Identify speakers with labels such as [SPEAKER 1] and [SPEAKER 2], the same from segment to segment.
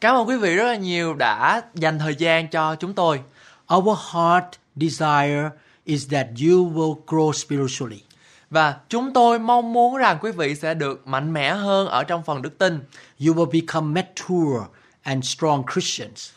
[SPEAKER 1] Cảm ơn quý vị rất là nhiều đã dành thời gian cho chúng tôi.
[SPEAKER 2] Our heart desire is that you will grow spiritually.
[SPEAKER 1] Và chúng tôi mong muốn rằng quý vị sẽ được mạnh mẽ hơn ở trong phần đức tin.
[SPEAKER 2] You will become mature and strong Christians.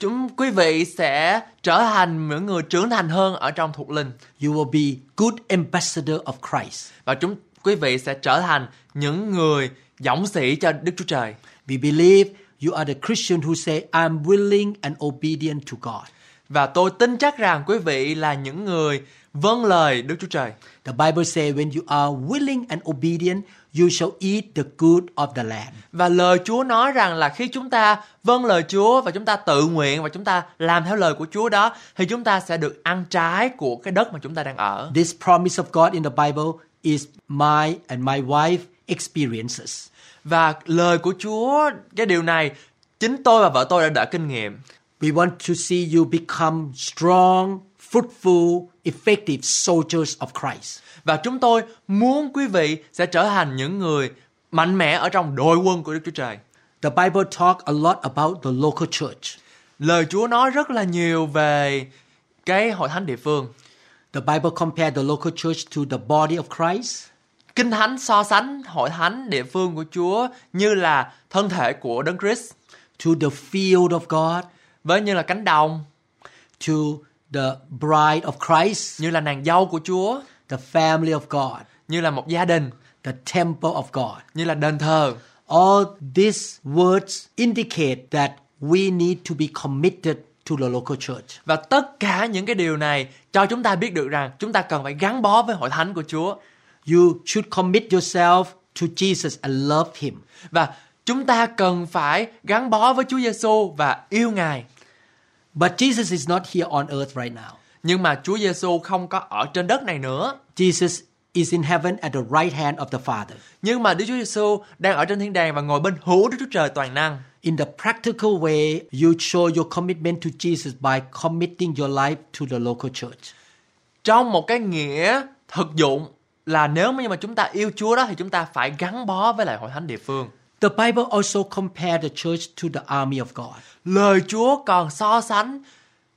[SPEAKER 1] Chúng quý vị sẽ trở thành những người trưởng thành hơn ở trong thuộc linh
[SPEAKER 2] You will be good ambassador of Christ.
[SPEAKER 1] và chúng quý vị sẽ trở thành những người dõng sĩ cho Đức Chúa Trời.
[SPEAKER 2] We believe you are the Christian who say, I'm willing and obedient to God.
[SPEAKER 1] Và tôi tin chắc rằng quý vị là những người vâng lời Đức Chúa Trời.
[SPEAKER 2] The Bible says, when you are willing and obedient, you shall eat the good of the land.
[SPEAKER 1] Và lời Chúa nói rằng là khi chúng ta vâng lời Chúa và chúng ta tự nguyện và chúng ta làm theo lời của Chúa đó thì chúng ta sẽ được ăn trái của cái đất mà chúng ta đang ở.
[SPEAKER 2] This promise of God in the Bible is my and my wife experiences.
[SPEAKER 1] Và lời của Chúa cái điều này chính tôi và vợ tôi đã, đã kinh nghiệm.
[SPEAKER 2] We want to see you become strong, fruitful, effective soldiers of Christ.
[SPEAKER 1] Và chúng tôi muốn quý vị sẽ trở thành những người mạnh mẽ ở trong đội quân của Đức Chúa Trời.
[SPEAKER 2] The Bible talk a lot about the local church.
[SPEAKER 1] Lời Chúa nói rất là nhiều về cái hội thánh địa phương.
[SPEAKER 2] The Bible compare the local church to the body of Christ.
[SPEAKER 1] Kinh Thánh so sánh hội thánh địa phương của Chúa như là thân thể của Đấng Christ
[SPEAKER 2] to the field of God,
[SPEAKER 1] với như là cánh đồng,
[SPEAKER 2] to the bride of Christ,
[SPEAKER 1] như là nàng dâu của Chúa,
[SPEAKER 2] the family of God,
[SPEAKER 1] như là một gia đình,
[SPEAKER 2] the temple of God.
[SPEAKER 1] như là đền thờ.
[SPEAKER 2] All these words indicate that we need to be committed to the local church.
[SPEAKER 1] Và tất cả những cái điều này cho chúng ta biết được rằng chúng ta cần phải gắn bó với hội thánh của Chúa.
[SPEAKER 2] You should commit yourself to Jesus and love him.
[SPEAKER 1] Và chúng ta cần phải gắn bó với Chúa Giêsu và yêu Ngài.
[SPEAKER 2] But Jesus is not here on earth right now.
[SPEAKER 1] Nhưng mà Chúa Giêsu không có ở trên đất này nữa.
[SPEAKER 2] Jesus is in heaven at the right hand of the Father.
[SPEAKER 1] Nhưng mà Đức Chúa Giêsu đang ở trên thiên đàng và ngồi bên hữu Đức Chúa Trời toàn năng.
[SPEAKER 2] In the practical way, you show your commitment to Jesus by committing your life to the local church.
[SPEAKER 1] Trong một cái nghĩa thực dụng là nếu như mà chúng ta yêu Chúa đó thì chúng ta phải gắn bó với lại hội thánh địa phương.
[SPEAKER 2] The Bible also compared the church to the army of God.
[SPEAKER 1] Lời Chúa còn so sánh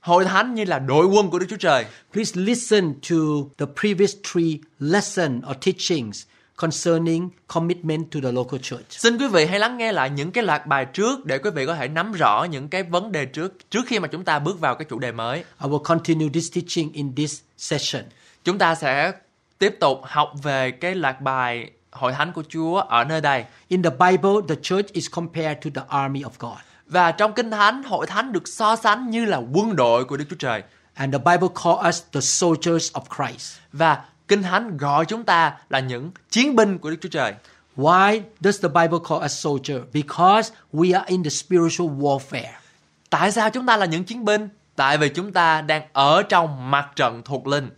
[SPEAKER 1] hội thánh như là đội quân của Đức Chúa Trời.
[SPEAKER 2] Please listen to the previous three lesson or teachings concerning commitment to the local church.
[SPEAKER 1] Xin quý vị hãy lắng nghe lại những cái loạt bài trước để quý vị có thể nắm rõ những cái vấn đề trước trước khi mà chúng ta bước vào cái chủ đề mới.
[SPEAKER 2] I will continue this teaching in this session.
[SPEAKER 1] Chúng ta sẽ tiếp tục học về cái loạt bài hội thánh của Chúa ở nơi đây.
[SPEAKER 2] In the Bible, the church is compared to the army of God.
[SPEAKER 1] Và trong Kinh Thánh, hội thánh được so sánh như là quân đội của Đức Chúa Trời.
[SPEAKER 2] And the Bible calls us the soldiers of Christ.
[SPEAKER 1] Và Kinh Thánh gọi chúng ta là những chiến binh của Đức Chúa Trời.
[SPEAKER 2] Why does the Bible call us soldier? Because we are in the spiritual warfare.
[SPEAKER 1] Tại sao chúng ta là những chiến binh? Tại vì chúng ta đang ở trong mặt trận thuộc linh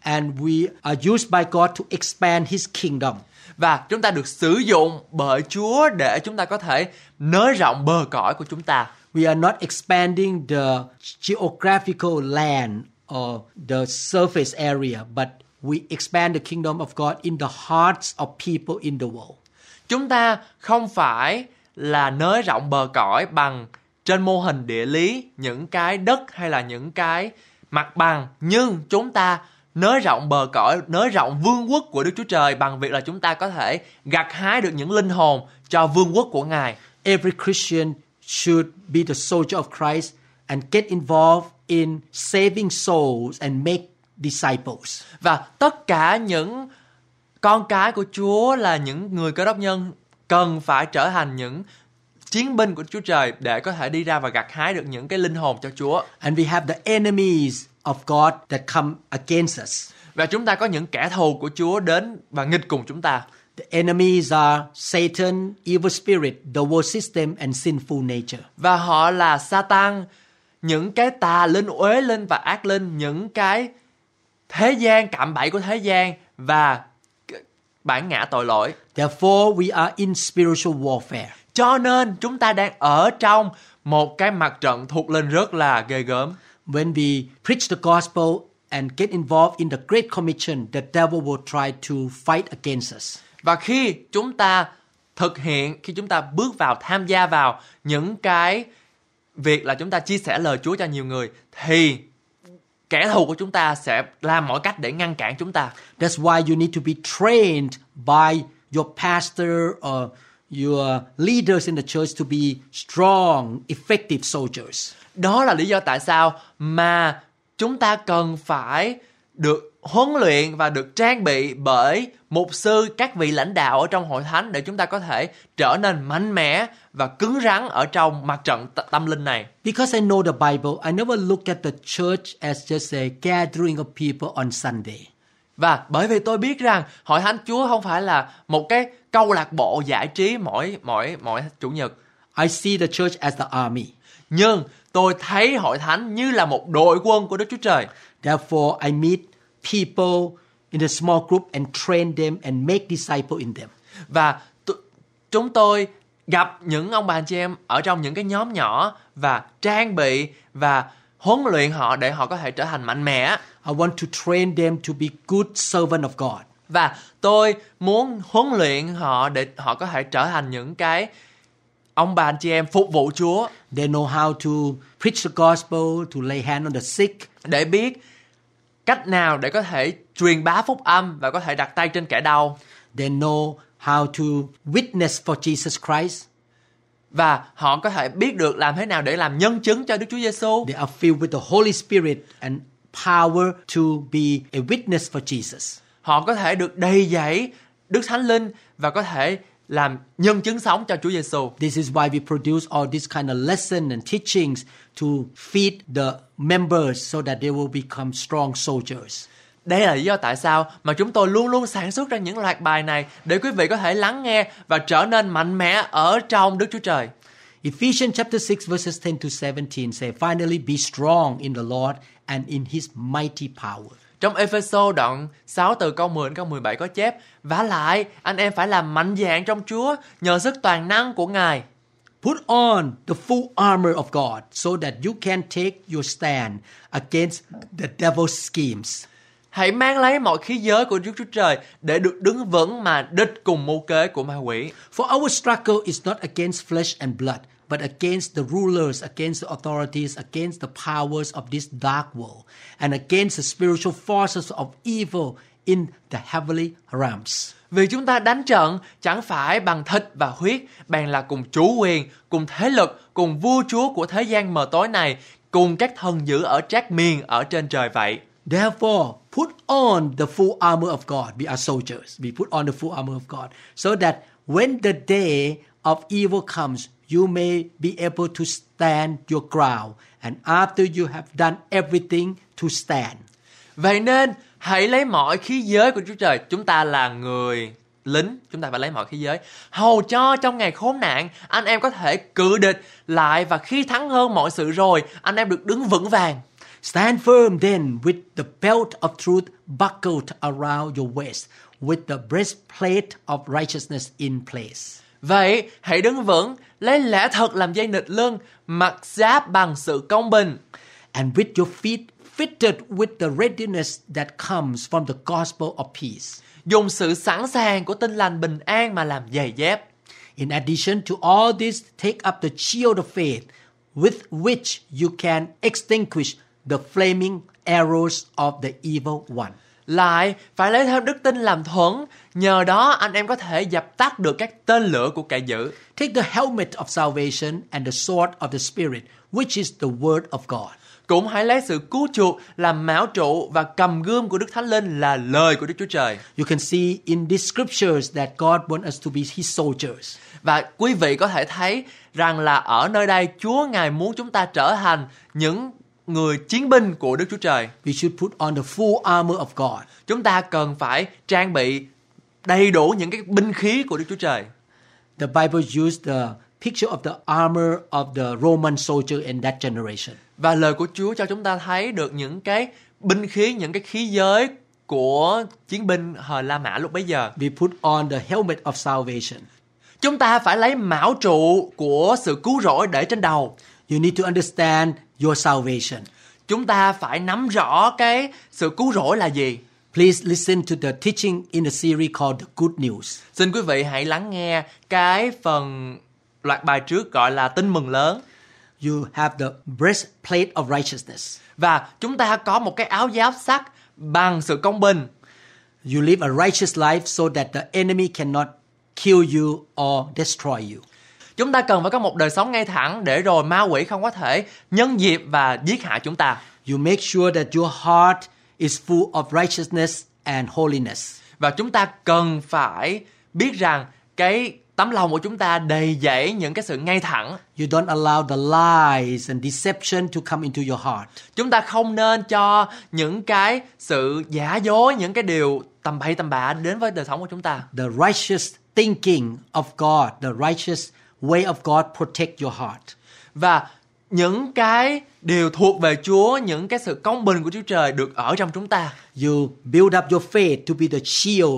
[SPEAKER 2] And we are used by God to expand his kingdom.
[SPEAKER 1] và chúng ta được sử dụng bởi Chúa để chúng ta có thể nới rộng bờ cõi của chúng ta.
[SPEAKER 2] We are not expanding the geographical land or the surface area, but we expand the kingdom of God in the hearts of people in the world.
[SPEAKER 1] Chúng ta không phải là nới rộng bờ cõi bằng trên mô hình địa lý những cái đất hay là những cái mặt bằng nhưng chúng ta nới rộng bờ cõi, nới rộng vương quốc của Đức Chúa Trời bằng việc là chúng ta có thể gặt hái được những linh hồn cho vương quốc của Ngài.
[SPEAKER 2] Every Christian should be the soldier of Christ and get involved in saving souls and make disciples.
[SPEAKER 1] Và tất cả những con cái của Chúa là những người cơ đốc nhân cần phải trở thành những chiến binh của Chúa Trời để có thể đi ra và gặt hái được những cái linh hồn cho Chúa.
[SPEAKER 2] And we have the enemies of God that come against us.
[SPEAKER 1] Và chúng ta có những kẻ thù của Chúa đến và nghịch cùng chúng ta.
[SPEAKER 2] The enemies are Satan, evil spirit, the world system, and sinful nature.
[SPEAKER 1] và họ là Satan, những cái tà linh uế linh và ác linh, những cái thế gian cạm bẫy của thế gian và c- bản ngã tội lỗi.
[SPEAKER 2] Therefore, we are in spiritual warfare.
[SPEAKER 1] Cho nên chúng ta đang ở trong một cái mặt trận thuộc linh rất là ghê gớm.
[SPEAKER 2] When we preach the gospel and get involved in the Great Commission, the devil will try to fight against us.
[SPEAKER 1] Và khi chúng ta thực hiện, khi chúng ta bước vào tham gia vào những cái việc là chúng ta chia sẻ lời Chúa cho nhiều người thì kẻ thù của chúng ta sẽ làm mọi cách để ngăn cản chúng ta.
[SPEAKER 2] That's why you need to be trained by your pastor or your leaders in the church to be strong, effective soldiers.
[SPEAKER 1] Đó là lý do tại sao mà chúng ta cần phải được huấn luyện và được trang bị bởi mục sư các vị lãnh đạo ở trong hội thánh để chúng ta có thể trở nên mạnh mẽ và cứng rắn ở trong mặt trận t- tâm linh này.
[SPEAKER 2] Because I know the Bible, I never look at the church as just a gathering of people on Sunday.
[SPEAKER 1] Và bởi vì tôi biết rằng hội thánh Chúa không phải là một cái câu lạc bộ giải trí mỗi mỗi mỗi chủ nhật,
[SPEAKER 2] I see the church as the army.
[SPEAKER 1] nhưng tôi thấy hội thánh như là một đội quân của Đức Chúa Trời.
[SPEAKER 2] Therefore, I meet people in a small group and train them and make disciple in them.
[SPEAKER 1] và t- chúng tôi gặp những ông bà anh chị em ở trong những cái nhóm nhỏ và trang bị và huấn luyện họ để họ có thể trở thành mạnh mẽ
[SPEAKER 2] I want to train them to be good servant of God.
[SPEAKER 1] và tôi muốn huấn luyện họ để họ có thể trở thành những cái ông bà anh chị em phục vụ Chúa
[SPEAKER 2] They know how to preach the gospel, to lay hand on the sick,
[SPEAKER 1] để biết cách nào để có thể truyền bá phúc âm và có thể đặt tay trên kẻ đau
[SPEAKER 2] They know how to witness for Jesus Christ.
[SPEAKER 1] và họ có thể biết được làm thế nào để làm nhân chứng cho Đức Chúa Giêsu
[SPEAKER 2] They are filled with the Holy Spirit and power to be a witness for Jesus.
[SPEAKER 1] họ có thể được đầy dẫy Đức Thánh Linh và có thể làm nhân chứng sống cho Chúa Giêsu.
[SPEAKER 2] This is why we produce all this kind of lesson and teachings to feed the members so that they will become strong soldiers.
[SPEAKER 1] Đây là lý do tại sao mà chúng tôi luôn luôn sản xuất ra những loạt bài này để quý vị có thể lắng nghe và trở nên mạnh mẽ ở trong Đức Chúa Trời.
[SPEAKER 2] Ephesians chapter 6 verses 10 to 17 say, Finally be strong in the Lord and in his mighty power.
[SPEAKER 1] Trong Epheso đoạn 6 từ câu 10 đến câu 17 có chép Vả lại, anh em phải làm mạnh dạng trong Chúa nhờ sức toàn năng của Ngài.
[SPEAKER 2] Put on the full armor of God so that you can take your stand against the devil's schemes.
[SPEAKER 1] Hãy mang lấy mọi khí giới của Đức Chúa Trời để được đứng vững mà địch cùng mưu kế của ma quỷ.
[SPEAKER 2] For our struggle is not against flesh and blood, but against the rulers, against the authorities, against the powers of this dark world, and against the spiritual forces of evil in the heavenly realms.
[SPEAKER 1] Vì chúng ta đánh trận chẳng phải bằng thịt và huyết, bằng là cùng chủ quyền, cùng thế lực, cùng vua chúa của thế gian mờ tối này, cùng các thần dữ ở trác miền ở trên trời vậy.
[SPEAKER 2] Therefore, put on the full armor of God. We are soldiers. We put on the full armor of God so that when the day of evil comes, you may be able to stand your ground. And after you have done everything to stand.
[SPEAKER 1] Vậy nên, hãy lấy mọi khí giới của Chúa Trời. Chúng ta là người lính, chúng ta phải lấy mọi khí giới. Hầu cho trong ngày khốn nạn, anh em có thể cự địch lại và khi thắng hơn mọi sự rồi, anh em được đứng vững vàng.
[SPEAKER 2] Stand firm then with the belt of truth buckled around your waist, with the breastplate of righteousness in place.
[SPEAKER 1] Vậy, hãy đứng vững, lấy lẽ thật làm dây nịt lưng, mặc giáp bằng sự công bình,
[SPEAKER 2] And with your feet fitted with the readiness that comes from the gospel of peace.
[SPEAKER 1] dùng sự sẵn sàng của tinh lành bình an mà làm giày dép.
[SPEAKER 2] In addition to all this, take up the shield of faith with which you can extinguish the flaming arrows of the evil one.
[SPEAKER 1] Lại, phải lấy thêm đức tin làm thuẫn, nhờ đó anh em có thể dập tắt được các tên lửa của kẻ dữ.
[SPEAKER 2] Take the helmet of salvation and the sword of the Spirit, which is the word of God.
[SPEAKER 1] Cũng hãy lấy sự cứu chuộc làm mão trụ và cầm gươm của Đức Thánh Linh là lời của Đức Chúa Trời.
[SPEAKER 2] You can see in these scriptures that God wants us to be his soldiers.
[SPEAKER 1] Và quý vị có thể thấy rằng là ở nơi đây Chúa Ngài muốn chúng ta trở thành những người chiến binh của Đức Chúa Trời.
[SPEAKER 2] We should put on the full armor of God.
[SPEAKER 1] Chúng ta cần phải trang bị đầy đủ những cái binh khí của Đức Chúa Trời.
[SPEAKER 2] The Bible used the picture of the armor of the Roman soldier in that generation.
[SPEAKER 1] Và lời của Chúa cho chúng ta thấy được những cái binh khí, những cái khí giới của chiến binh thời La Mã lúc bấy giờ.
[SPEAKER 2] We put on the helmet of salvation.
[SPEAKER 1] Chúng ta phải lấy mão trụ của sự cứu rỗi để trên đầu.
[SPEAKER 2] You need to understand your salvation.
[SPEAKER 1] Chúng ta phải nắm rõ cái sự cứu rỗi là gì.
[SPEAKER 2] Please listen to the teaching in the series called The Good News.
[SPEAKER 1] Xin quý vị hãy lắng nghe cái phần loạt bài trước gọi là tin mừng lớn
[SPEAKER 2] You have the breastplate of righteousness.
[SPEAKER 1] và chúng ta có một cái áo giáp sắt bằng sự công bình
[SPEAKER 2] You live a righteous life so that the enemy cannot kill you or destroy you.
[SPEAKER 1] chúng ta cần phải có một đời sống ngay thẳng để rồi ma quỷ không có thể nhân dịp và giết hại chúng ta
[SPEAKER 2] You make sure that your heart is full of righteousness and holiness.
[SPEAKER 1] và chúng ta cần phải biết rằng cái tấm lòng của chúng ta đầy dẫy những cái sự ngay thẳng
[SPEAKER 2] You don't allow the lies and deception to come into your heart.
[SPEAKER 1] chúng ta không nên cho những cái sự giả dối những cái điều tầm bậy tầm bạ đến với đời sống của chúng ta
[SPEAKER 2] The righteous thinking of God, the righteous way of God protect your heart.
[SPEAKER 1] và những cái điều thuộc về Chúa, những cái sự công bình của Chúa Trời được ở trong chúng ta.
[SPEAKER 2] You build up your faith to be the shield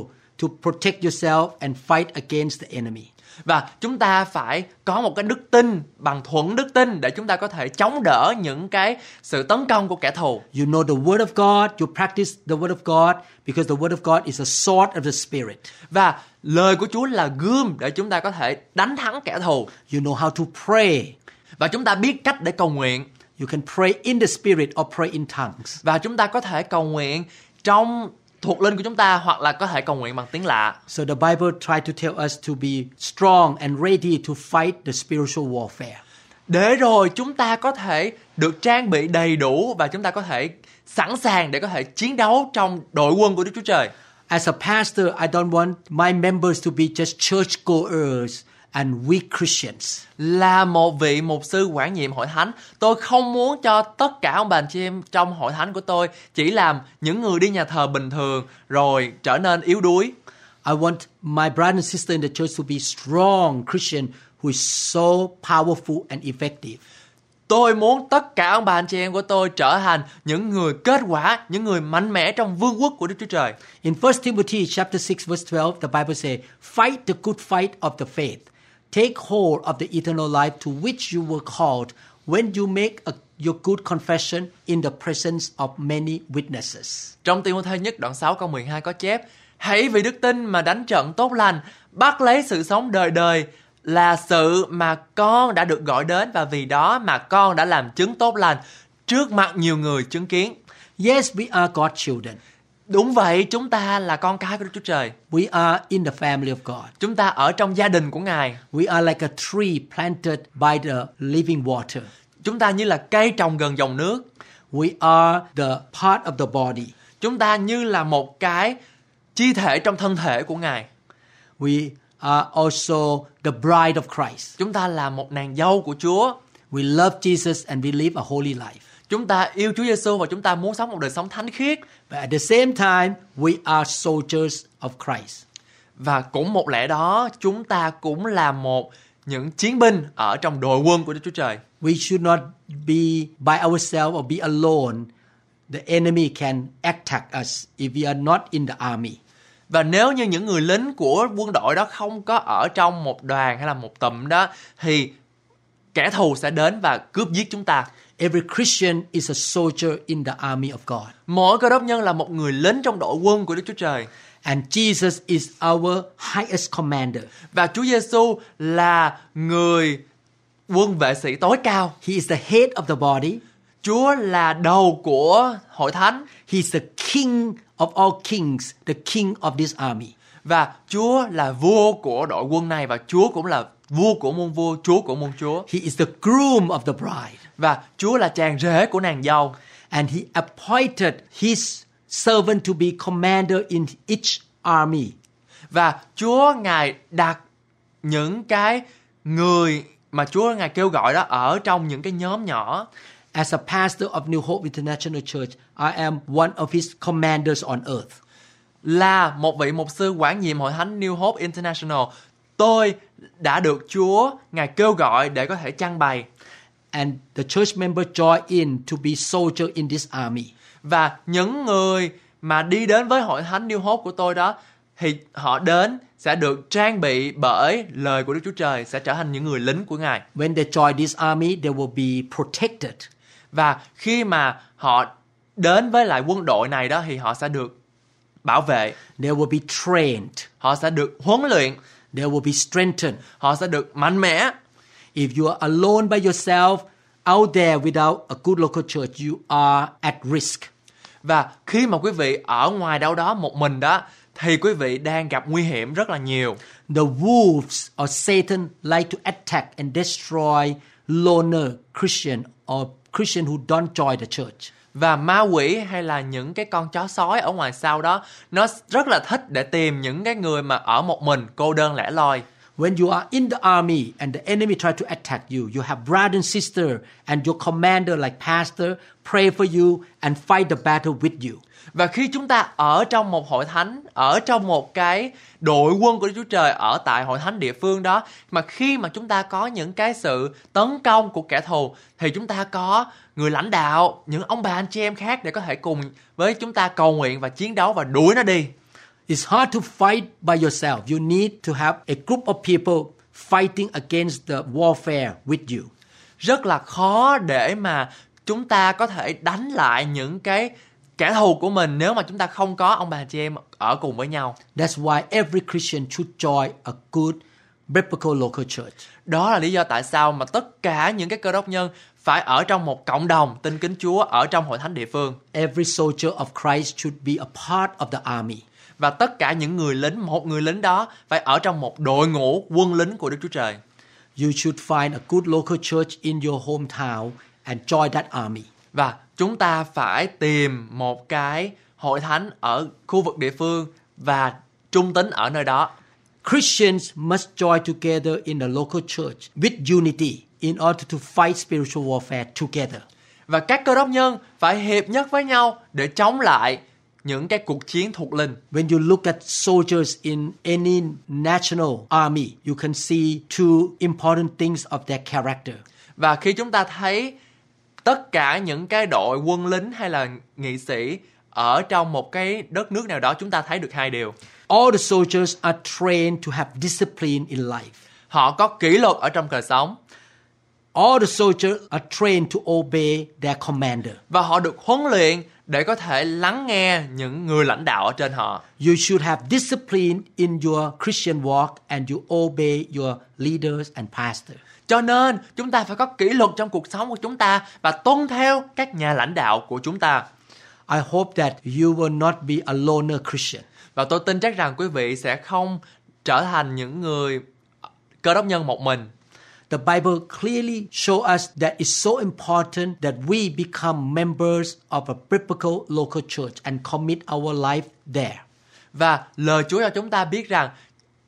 [SPEAKER 2] to protect yourself and fight against the enemy.
[SPEAKER 1] Và chúng ta phải có một cái đức tin bằng thuận đức tin để chúng ta có thể chống đỡ những cái sự tấn công của kẻ thù.
[SPEAKER 2] You know the word of God, you practice the word of God because the word of God is a sword of the spirit.
[SPEAKER 1] Và lời của Chúa là gươm để chúng ta có thể đánh thắng kẻ thù.
[SPEAKER 2] You know how to pray.
[SPEAKER 1] Và chúng ta biết cách để cầu nguyện.
[SPEAKER 2] You can pray in the spirit or pray in tongues.
[SPEAKER 1] Và chúng ta có thể cầu nguyện trong thuộc linh của chúng ta hoặc là có thể cầu nguyện bằng tiếng lạ.
[SPEAKER 2] So the Bible tries to tell us to be strong and ready to fight the spiritual warfare.
[SPEAKER 1] để rồi chúng ta có thể được trang bị đầy đủ và chúng ta có thể sẵn sàng để có thể chiến đấu trong đội quân của Đức Chúa Trời.
[SPEAKER 2] As a pastor, I don't want my members to be just churchgoers and weak Christians.
[SPEAKER 1] Là một vị mục sư quản nhiệm hội thánh, tôi không muốn cho tất cả ông bà anh chị em trong hội thánh của tôi chỉ làm những người đi nhà thờ bình thường rồi trở nên yếu đuối.
[SPEAKER 2] I want my brother and sister in the church to be strong Christian who is so powerful and effective.
[SPEAKER 1] Tôi muốn tất cả ông bà anh chị em của tôi trở thành những người kết quả, những người mạnh mẽ trong vương quốc của Đức Chúa Trời.
[SPEAKER 2] In 1 Timothy chapter 6 verse 12, the Bible says, "Fight the good fight of the faith. Take hold of the eternal life to which you were called when you make a, your good confession in the presence of many witnesses."
[SPEAKER 1] Trong Tiên Thơ nhất đoạn 6 câu 12 có chép Hãy vì đức tin mà đánh trận tốt lành, bắt lấy sự sống đời đời là sự mà con đã được gọi đến và vì đó mà con đã làm chứng tốt lành trước mặt nhiều người chứng kiến.
[SPEAKER 2] Yes, we are God's children.
[SPEAKER 1] Đúng vậy, chúng ta là con cái của Đức Chúa Trời.
[SPEAKER 2] We are in the family of God.
[SPEAKER 1] Chúng ta ở trong gia đình của Ngài.
[SPEAKER 2] We are like a tree planted by the living water.
[SPEAKER 1] Chúng ta như là cây trồng gần dòng nước.
[SPEAKER 2] We are the part of the body.
[SPEAKER 1] Chúng ta như là một cái chi thể trong thân thể của Ngài.
[SPEAKER 2] We are also the bride of Christ.
[SPEAKER 1] Chúng ta là một nàng dâu của Chúa.
[SPEAKER 2] We love Jesus and we live a holy life.
[SPEAKER 1] Chúng ta yêu Chúa Giêsu và chúng ta muốn sống một đời sống thánh khiết.
[SPEAKER 2] But at the same time, we are soldiers of Christ.
[SPEAKER 1] Và cũng một lẽ đó chúng ta cũng là một những chiến binh ở trong đội quân của Đức Chúa Trời.
[SPEAKER 2] We should not be by ourselves or be alone. The enemy can attack us if we are not in the army.
[SPEAKER 1] Và nếu như những người lính của quân đội đó không có ở trong một đoàn hay là một tụm đó thì kẻ thù sẽ đến và cướp giết chúng ta.
[SPEAKER 2] Every Christian is a soldier in the army of God.
[SPEAKER 1] Mỗi cơ đốc nhân là một người lính trong đội quân của Đức Chúa Trời
[SPEAKER 2] And Jesus is our highest commander.
[SPEAKER 1] và Chúa Giêsu là người quân vệ sĩ tối cao.
[SPEAKER 2] He is the head of the body.
[SPEAKER 1] Chúa là đầu của hội thánh
[SPEAKER 2] He is the king of all kings, the king of this army.
[SPEAKER 1] Và Chúa là vua của đội quân này và Chúa cũng là vua của môn vua, Chúa của môn Chúa.
[SPEAKER 2] He is the groom of the bride.
[SPEAKER 1] Và Chúa là chàng rể của nàng dâu.
[SPEAKER 2] And he appointed his servant to be commander in each army.
[SPEAKER 1] Và Chúa Ngài đặt những cái người mà Chúa Ngài kêu gọi đó ở trong những cái nhóm nhỏ.
[SPEAKER 2] As a pastor of New Hope International Church, I am one of his commanders on earth.
[SPEAKER 1] là một vị mục sư quản nhiệm hội thánh New Hope International. Tôi đã được Chúa ngài kêu gọi để có thể trang bày
[SPEAKER 2] And the church member joined in to be soldier in this army.
[SPEAKER 1] và những người mà đi đến với hội thánh New Hope của tôi đó thì họ đến sẽ được trang bị bởi lời của Đức Chúa Trời sẽ trở thành những người lính của Ngài.
[SPEAKER 2] When they join this army, they will be protected.
[SPEAKER 1] Và khi mà họ đến với lại quân đội này đó thì họ sẽ được bảo vệ,
[SPEAKER 2] They will be trained.
[SPEAKER 1] họ sẽ được huấn luyện,
[SPEAKER 2] They will be strengthened.
[SPEAKER 1] họ sẽ được mạnh mẽ.
[SPEAKER 2] If you are alone by yourself out there without a good local church, you are at risk.
[SPEAKER 1] Và khi mà quý vị ở ngoài đâu đó một mình đó thì quý vị đang gặp nguy hiểm rất là nhiều.
[SPEAKER 2] The wolves or Satan like to attack and destroy loner Christian or Christian who don't join the church.
[SPEAKER 1] Và ma quỷ hay là những cái con chó sói ở ngoài sau đó nó rất là thích để tìm những cái người mà ở một mình cô đơn lẻ loi.
[SPEAKER 2] When you are in the army and the enemy try to attack you, you have brother and sister and your commander like pastor pray for you and fight the battle with you.
[SPEAKER 1] Và khi chúng ta ở trong một hội thánh, ở trong một cái đội quân của Đức Chúa Trời ở tại hội thánh địa phương đó mà khi mà chúng ta có những cái sự tấn công của kẻ thù thì chúng ta có người lãnh đạo, những ông bà anh chị em khác để có thể cùng với chúng ta cầu nguyện và chiến đấu và đuổi nó đi.
[SPEAKER 2] It's hard to fight by yourself. You need to have a group of people fighting against the warfare with you.
[SPEAKER 1] Rất là khó để mà chúng ta có thể đánh lại những cái kẻ thù của mình nếu mà chúng ta không có ông bà chị em ở cùng với nhau.
[SPEAKER 2] That's why every Christian should join a good biblical local church.
[SPEAKER 1] Đó là lý do tại sao mà tất cả những cái cơ đốc nhân phải ở trong một cộng đồng tin kính Chúa ở trong hội thánh địa phương
[SPEAKER 2] Every soldier of Christ should be a part of the army.
[SPEAKER 1] và tất cả những người lính một người lính đó phải ở trong một đội ngũ quân lính của Đức Chúa Trời.
[SPEAKER 2] You should find a good local church in your hometown and join that army.
[SPEAKER 1] Và chúng ta phải tìm một cái hội thánh ở khu vực địa phương và trung tín ở nơi đó.
[SPEAKER 2] Christians must join together in the local church with unity in order to fight spiritual warfare together.
[SPEAKER 1] Và các cơ đốc nhân phải hiệp nhất với nhau để chống lại những cái cuộc chiến thuộc linh.
[SPEAKER 2] When you look at soldiers in any national army, you can see two important things of their character.
[SPEAKER 1] Và khi chúng ta thấy tất cả những cái đội quân lính hay là nghị sĩ ở trong một cái đất nước nào đó chúng ta thấy được hai điều.
[SPEAKER 2] All the soldiers are trained to have discipline in life.
[SPEAKER 1] Họ có kỷ luật ở trong đời sống
[SPEAKER 2] All the soldiers are trained to obey their commander.
[SPEAKER 1] và họ được huấn luyện để có thể lắng nghe những người lãnh đạo ở trên họ.
[SPEAKER 2] You should have discipline in your Christian walk and you obey your leaders and pastor.
[SPEAKER 1] Cho nên chúng ta phải có kỷ luật trong cuộc sống của chúng ta và tuân theo các nhà lãnh đạo của chúng ta.
[SPEAKER 2] I hope that you will not be a loner Christian.
[SPEAKER 1] Và tôi tin chắc rằng quý vị sẽ không trở thành những người cơ đốc nhân một mình
[SPEAKER 2] The Bible clearly shows us that it's so important that we become members of a biblical local church and commit our life there.
[SPEAKER 1] Và lời Chúa cho chúng ta biết rằng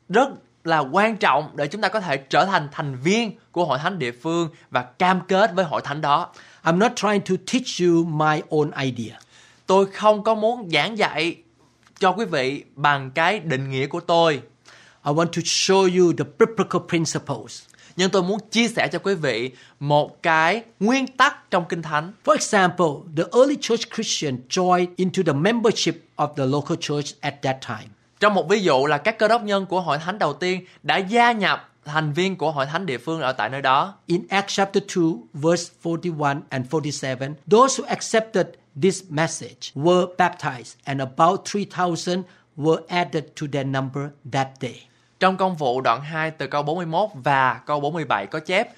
[SPEAKER 1] rất là quan trọng để chúng ta có thể trở thành thành viên của hội thánh địa phương và cam kết với hội thánh đó.
[SPEAKER 2] I'm not trying to teach you my own idea.
[SPEAKER 1] Tôi không có muốn giảng dạy cho quý vị bằng cái định nghĩa của tôi,
[SPEAKER 2] I want to show you the biblical principles.
[SPEAKER 1] nhưng tôi muốn chia sẻ cho quý vị một cái nguyên tắc trong Kinh Thánh.
[SPEAKER 2] For example, the early church Christian joined into the membership of the local church at that time.
[SPEAKER 1] Trong một ví dụ là các cơ đốc nhân của hội thánh đầu tiên đã gia nhập thành viên của hội thánh địa phương ở tại nơi đó.
[SPEAKER 2] In Acts chapter 2, verse 41 and 47, those who accepted this message were baptized, and about 3,000 were added to their number that day.
[SPEAKER 1] Trong công vụ đoạn 2 từ câu 41 và câu 47 có chép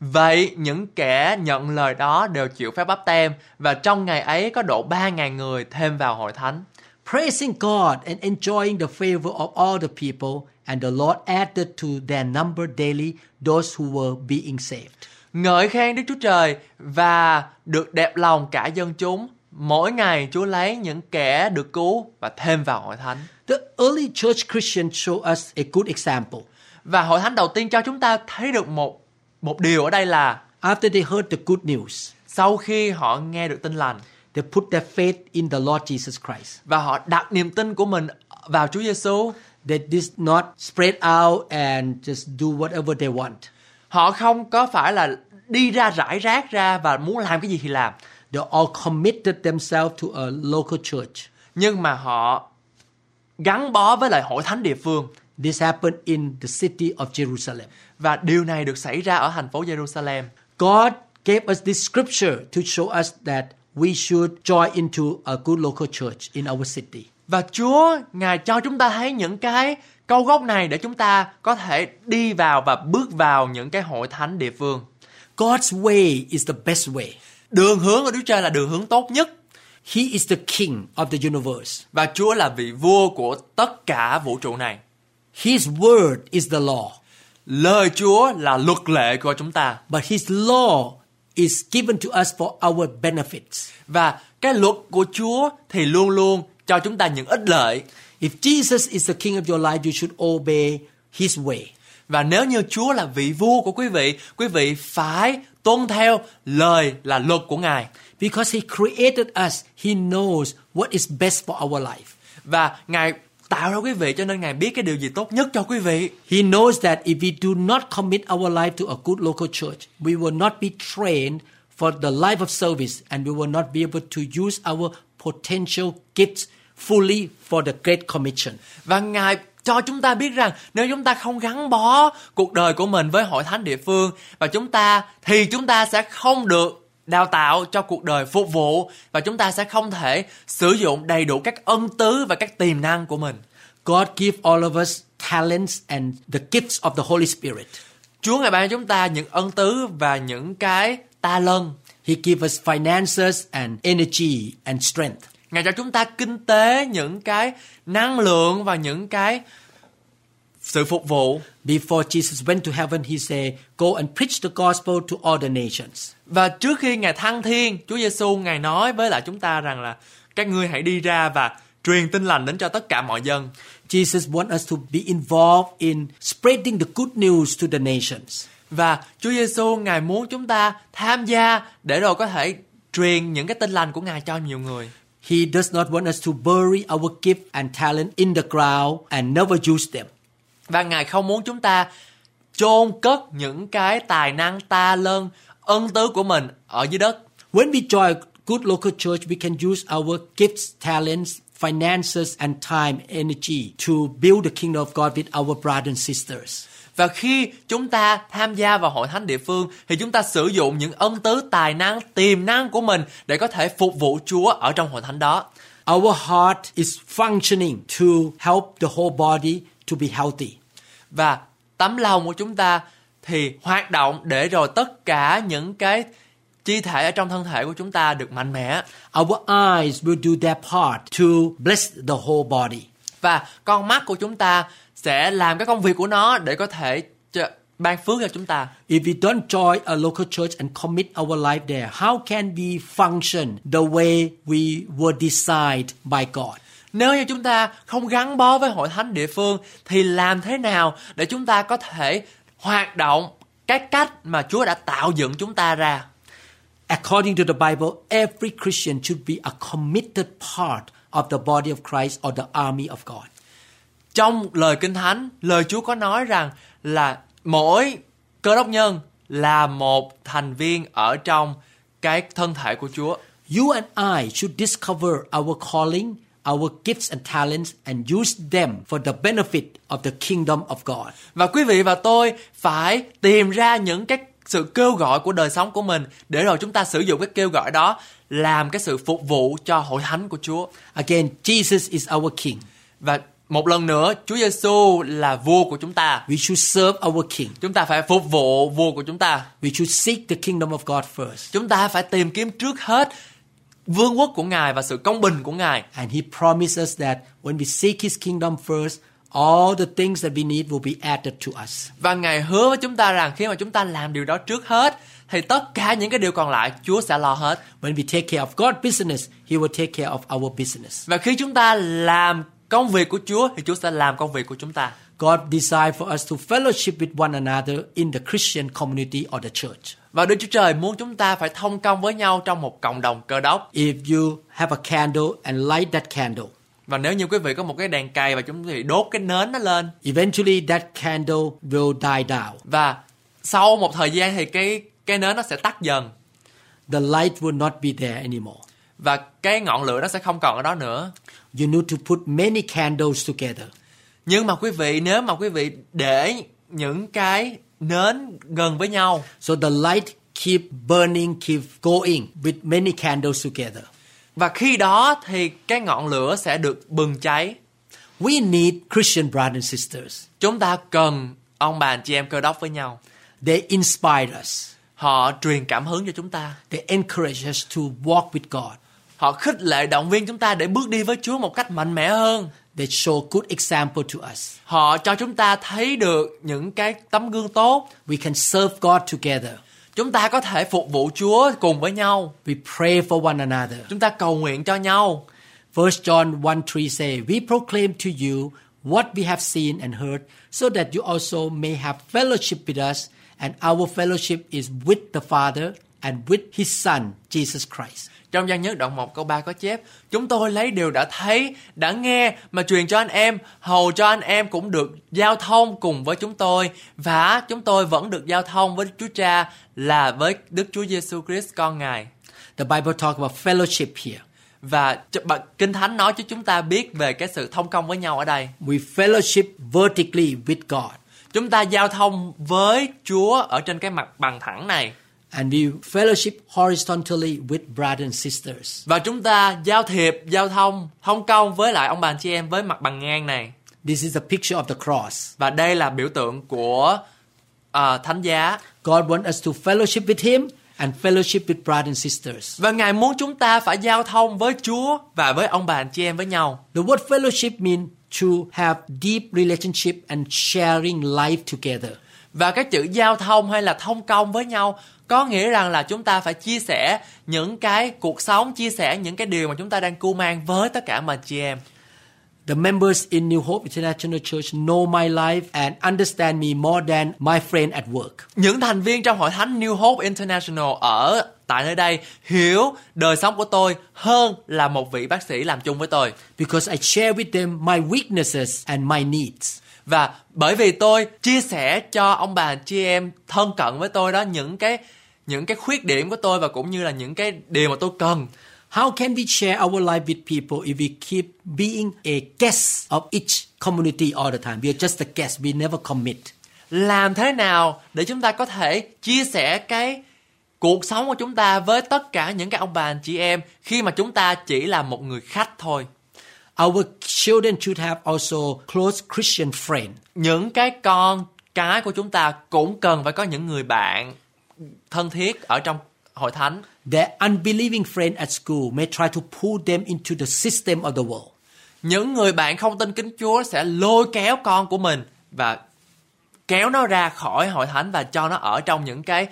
[SPEAKER 1] Vậy những kẻ nhận lời đó đều chịu phép bắp tem và trong ngày ấy có độ 3.000 người thêm vào hội thánh.
[SPEAKER 2] Praising God and enjoying the favor of all the people, and the Lord added to their number daily those who were being saved.
[SPEAKER 1] Ngợi khen Đức Chúa Trời và được đẹp lòng cả dân chúng. Mỗi ngày Chúa lấy những kẻ được cứu và thêm vào hội thánh.
[SPEAKER 2] The early church Christians show us a good example.
[SPEAKER 1] Và hội thánh đầu tiên cho chúng ta thấy được một một điều ở đây là
[SPEAKER 2] After they heard the good news,
[SPEAKER 1] sau khi họ nghe được tin lành,
[SPEAKER 2] They put their faith in the Lord Jesus Christ.
[SPEAKER 1] và họ đặt niềm tin của mình vào Chúa Giêsu.
[SPEAKER 2] They did not spread out and just do whatever they want.
[SPEAKER 1] Họ không có phải là đi ra rải rác ra và muốn làm cái gì thì làm,
[SPEAKER 2] They all committed themselves to a local church.
[SPEAKER 1] nhưng mà họ gắn bó với lại hội thánh địa phương
[SPEAKER 2] This happened in the city of Jerusalem.
[SPEAKER 1] và điều này được xảy ra ở thành phố Jerusalem.
[SPEAKER 2] God gave us this scripture to show us that we should join into a good local church in our city.
[SPEAKER 1] Và Chúa Ngài cho chúng ta thấy những cái câu gốc này để chúng ta có thể đi vào và bước vào những cái hội thánh địa phương.
[SPEAKER 2] God's way is the best way.
[SPEAKER 1] Đường hướng của Đức Trời là đường hướng tốt nhất
[SPEAKER 2] He is the king of the universe.
[SPEAKER 1] và Chúa là vị vua của tất cả vũ trụ này.
[SPEAKER 2] His word is the law,
[SPEAKER 1] Lời Chúa là luật lệ của chúng ta
[SPEAKER 2] but his law is given to us for our benefits.
[SPEAKER 1] và cái luật của Chúa thì luôn luôn cho chúng ta những ích lợi.
[SPEAKER 2] If Jesus is the king of your life, you should obey his way.
[SPEAKER 1] Và nếu như Chúa là vị vua của quý vị, quý vị phải tuân theo lời là luật của Ngài.
[SPEAKER 2] Because he created us, he knows what is best for our life.
[SPEAKER 1] Và Ngài tạo ra quý vị cho nên Ngài biết cái điều gì tốt nhất cho quý vị.
[SPEAKER 2] He knows that if we do not commit our life to a good local church, we will not be trained for the life of service and we will not be able to use our potential gifts fully for the Great Commission.
[SPEAKER 1] Và Ngài cho chúng ta biết rằng nếu chúng ta không gắn bó cuộc đời của mình với hội thánh địa phương và chúng ta thì chúng ta sẽ không được đào tạo cho cuộc đời phục vụ và chúng ta sẽ không thể sử dụng đầy đủ các ân tứ và các tiềm năng của mình.
[SPEAKER 2] God give all of us talents and the gifts of the Holy Spirit.
[SPEAKER 1] Chúa ngài ban cho chúng ta những ân tứ và những cái ta lân.
[SPEAKER 2] He give us finances and energy and strength.
[SPEAKER 1] Ngài cho chúng ta kinh tế, những cái năng lượng và những cái sự phục vụ.
[SPEAKER 2] Before Jesus went to heaven, he said, Go and preach the gospel to all the nations.
[SPEAKER 1] Và trước khi Ngài thăng thiên, Chúa Giêsu Ngài nói với lại chúng ta rằng là các ngươi hãy đi ra và truyền tin lành đến cho tất cả mọi dân.
[SPEAKER 2] Jesus wants us to be involved in spreading the good news to the nations.
[SPEAKER 1] Và Chúa Giêsu Ngài muốn chúng ta tham gia để rồi có thể truyền những cái tin lành của Ngài cho nhiều người.
[SPEAKER 2] He does not want us to bury our gift and talent in the ground and never use them.
[SPEAKER 1] Và Ngài không muốn chúng ta chôn cất những cái tài năng ta lân ân tứ của mình ở dưới đất.
[SPEAKER 2] When we join a good local church, we can use our gifts, talents, finances, and time, energy to build the kingdom of God with our brothers and sisters.
[SPEAKER 1] Và khi chúng ta tham gia vào hội thánh địa phương thì chúng ta sử dụng những ân tứ tài năng, tiềm năng của mình để có thể phục vụ Chúa ở trong hội thánh đó.
[SPEAKER 2] Our heart is functioning to help the whole body to be healthy.
[SPEAKER 1] Và tấm lòng của chúng ta thì hoạt động để rồi tất cả những cái chi thể ở trong thân thể của chúng ta được mạnh mẽ
[SPEAKER 2] Our eyes will do their part to bless the whole body.
[SPEAKER 1] và con mắt của chúng ta sẽ làm cái công việc của nó để có thể cho, ban phước cho chúng ta.
[SPEAKER 2] If we don't join a local church and commit our life there, how can we function the way we were designed by God?
[SPEAKER 1] Nếu như chúng ta không gắn bó với hội thánh địa phương thì làm thế nào để chúng ta có thể hoạt động cái cách mà Chúa đã tạo dựng chúng ta ra?
[SPEAKER 2] According to the Bible, every Christian should be a committed part of the body of Christ or the army of God.
[SPEAKER 1] Trong lời Kinh Thánh, lời Chúa có nói rằng là mỗi cơ đốc nhân là một thành viên ở trong cái thân thể của Chúa.
[SPEAKER 2] You and I should discover our calling, our gifts and talents, and use them for the benefit of the kingdom of God.
[SPEAKER 1] Và quý vị và tôi phải tìm ra những cái sự kêu gọi của đời sống của mình để rồi chúng ta sử dụng cái kêu gọi đó làm cái sự phục vụ cho hội thánh của Chúa.
[SPEAKER 2] Again, Jesus is our King.
[SPEAKER 1] Và một lần nữa, Chúa Giêsu là vua của chúng ta.
[SPEAKER 2] We should serve our King.
[SPEAKER 1] Chúng ta phải phục vụ vua của chúng ta.
[SPEAKER 2] We should seek the kingdom of God first.
[SPEAKER 1] Chúng ta phải tìm kiếm trước hết vương quốc của Ngài và sự công bình của Ngài.
[SPEAKER 2] And he promised us that when we seek his kingdom first, all the things that we need will be added to us.
[SPEAKER 1] Và Ngài hứa với chúng ta rằng khi mà chúng ta làm điều đó trước hết thì tất cả những cái điều còn lại Chúa sẽ lo hết.
[SPEAKER 2] When we take care of God's business, he will take care of our business.
[SPEAKER 1] Và khi chúng ta làm công việc của Chúa thì Chúa sẽ làm công việc của chúng ta.
[SPEAKER 2] God designed for us to fellowship with one another in the Christian community or the church.
[SPEAKER 1] Và Đức Chúa Trời muốn chúng ta phải thông công với nhau trong một cộng đồng cơ đốc.
[SPEAKER 2] If you have a candle and light that candle,
[SPEAKER 1] Và nếu như quý vị có một cái đèn cày và chúng vị đốt cái nến nó lên
[SPEAKER 2] eventually that candle will die down.
[SPEAKER 1] và sau một thời gian thì cái cái nến nó sẽ tắt dần
[SPEAKER 2] The light will not be there anymore.
[SPEAKER 1] và cái ngọn lửa nó sẽ không còn ở đó nữa.
[SPEAKER 2] You need to put many candles together.
[SPEAKER 1] Nhưng mà quý vị nếu mà quý vị để những cái nến gần với nhau
[SPEAKER 2] So the light keep burning, keep going with many candles together.
[SPEAKER 1] và khi đó thì cái ngọn lửa sẽ được bừng cháy.
[SPEAKER 2] We need Christian brothers and sisters.
[SPEAKER 1] Chúng ta cần ông bà anh chị em cơ đốc với nhau.
[SPEAKER 2] They inspire us.
[SPEAKER 1] Họ truyền cảm hứng cho chúng ta.
[SPEAKER 2] They encourage us to walk with God.
[SPEAKER 1] Họ khích lệ động viên chúng ta để bước đi với Chúa một cách mạnh mẽ hơn.
[SPEAKER 2] They show good example to us.
[SPEAKER 1] Họ cho chúng ta thấy được những cái tấm gương tốt.
[SPEAKER 2] We can serve God together.
[SPEAKER 1] Chúng ta có thể phục vụ Chúa cùng với nhau.
[SPEAKER 2] We pray for one another.
[SPEAKER 1] Chúng ta cầu nguyện cho nhau.
[SPEAKER 2] First John 1 3 say, We proclaim to you what we have seen and heard, so that you also may have fellowship with us, and our fellowship is with the Father and with his Son, Jesus Christ.
[SPEAKER 1] Trong gian nhất đoạn 1 câu 3 có chép Chúng tôi lấy điều đã thấy, đã nghe mà truyền cho anh em Hầu cho anh em cũng được giao thông cùng với chúng tôi Và chúng tôi vẫn được giao thông với Đức Chúa Cha Là với Đức Chúa Giêsu Christ con Ngài
[SPEAKER 2] The Bible talks about fellowship here.
[SPEAKER 1] Và ch- bà- Kinh Thánh nói cho chúng ta biết về cái sự thông công với nhau ở đây
[SPEAKER 2] We fellowship vertically with God,
[SPEAKER 1] Chúng ta giao thông với Chúa ở trên cái mặt bằng thẳng này
[SPEAKER 2] and we fellowship horizontally with brothers and sisters.
[SPEAKER 1] Và chúng ta giao thiệp, giao thông, thông công với lại ông bà anh chị em với mặt bằng ngang này
[SPEAKER 2] This is a picture of the cross.
[SPEAKER 1] Và đây là biểu tượng của à, thánh giá.
[SPEAKER 2] God wants us to fellowship with Him and fellowship with brothers and sisters.
[SPEAKER 1] Và Ngài muốn chúng ta phải giao thông với Chúa và với ông bà anh chị em với nhau.
[SPEAKER 2] The word fellowship means to have deep relationship and sharing life together.
[SPEAKER 1] Và cái chữ giao thông hay là thông công với nhau có nghĩa rằng là chúng ta phải chia sẻ những cái cuộc sống, chia sẻ những cái điều mà chúng ta đang cưu mang với tất cả mà chị em.
[SPEAKER 2] The members in New Hope International Church know my life and understand me more than my friend at work.
[SPEAKER 1] Những thành viên trong hội thánh New Hope International ở tại nơi đây hiểu đời sống của tôi hơn là một vị bác sĩ làm chung với tôi.
[SPEAKER 2] Because I share with them my weaknesses and my needs.
[SPEAKER 1] Và bởi vì tôi chia sẻ cho ông bà chị em thân cận với tôi đó những cái những cái khuyết điểm của tôi và cũng như là những cái điều mà tôi cần.
[SPEAKER 2] How can we share our life with people if we keep being a guest of each community all the time? We are just a guest, we never commit.
[SPEAKER 1] Làm thế nào để chúng ta có thể chia sẻ cái cuộc sống của chúng ta với tất cả những cái ông bà chị em khi mà chúng ta chỉ là một người khách thôi.
[SPEAKER 2] Our children should have also close Christian friends.
[SPEAKER 1] Những cái con cái của chúng ta cũng cần phải có những người bạn thân thiết ở trong hội thánh.
[SPEAKER 2] Their unbelieving friend at school may try to pull them into the system of the world.
[SPEAKER 1] những người bạn không tin kính Chúa sẽ lôi kéo con của mình và kéo nó ra khỏi hội thánh và cho nó ở trong những cái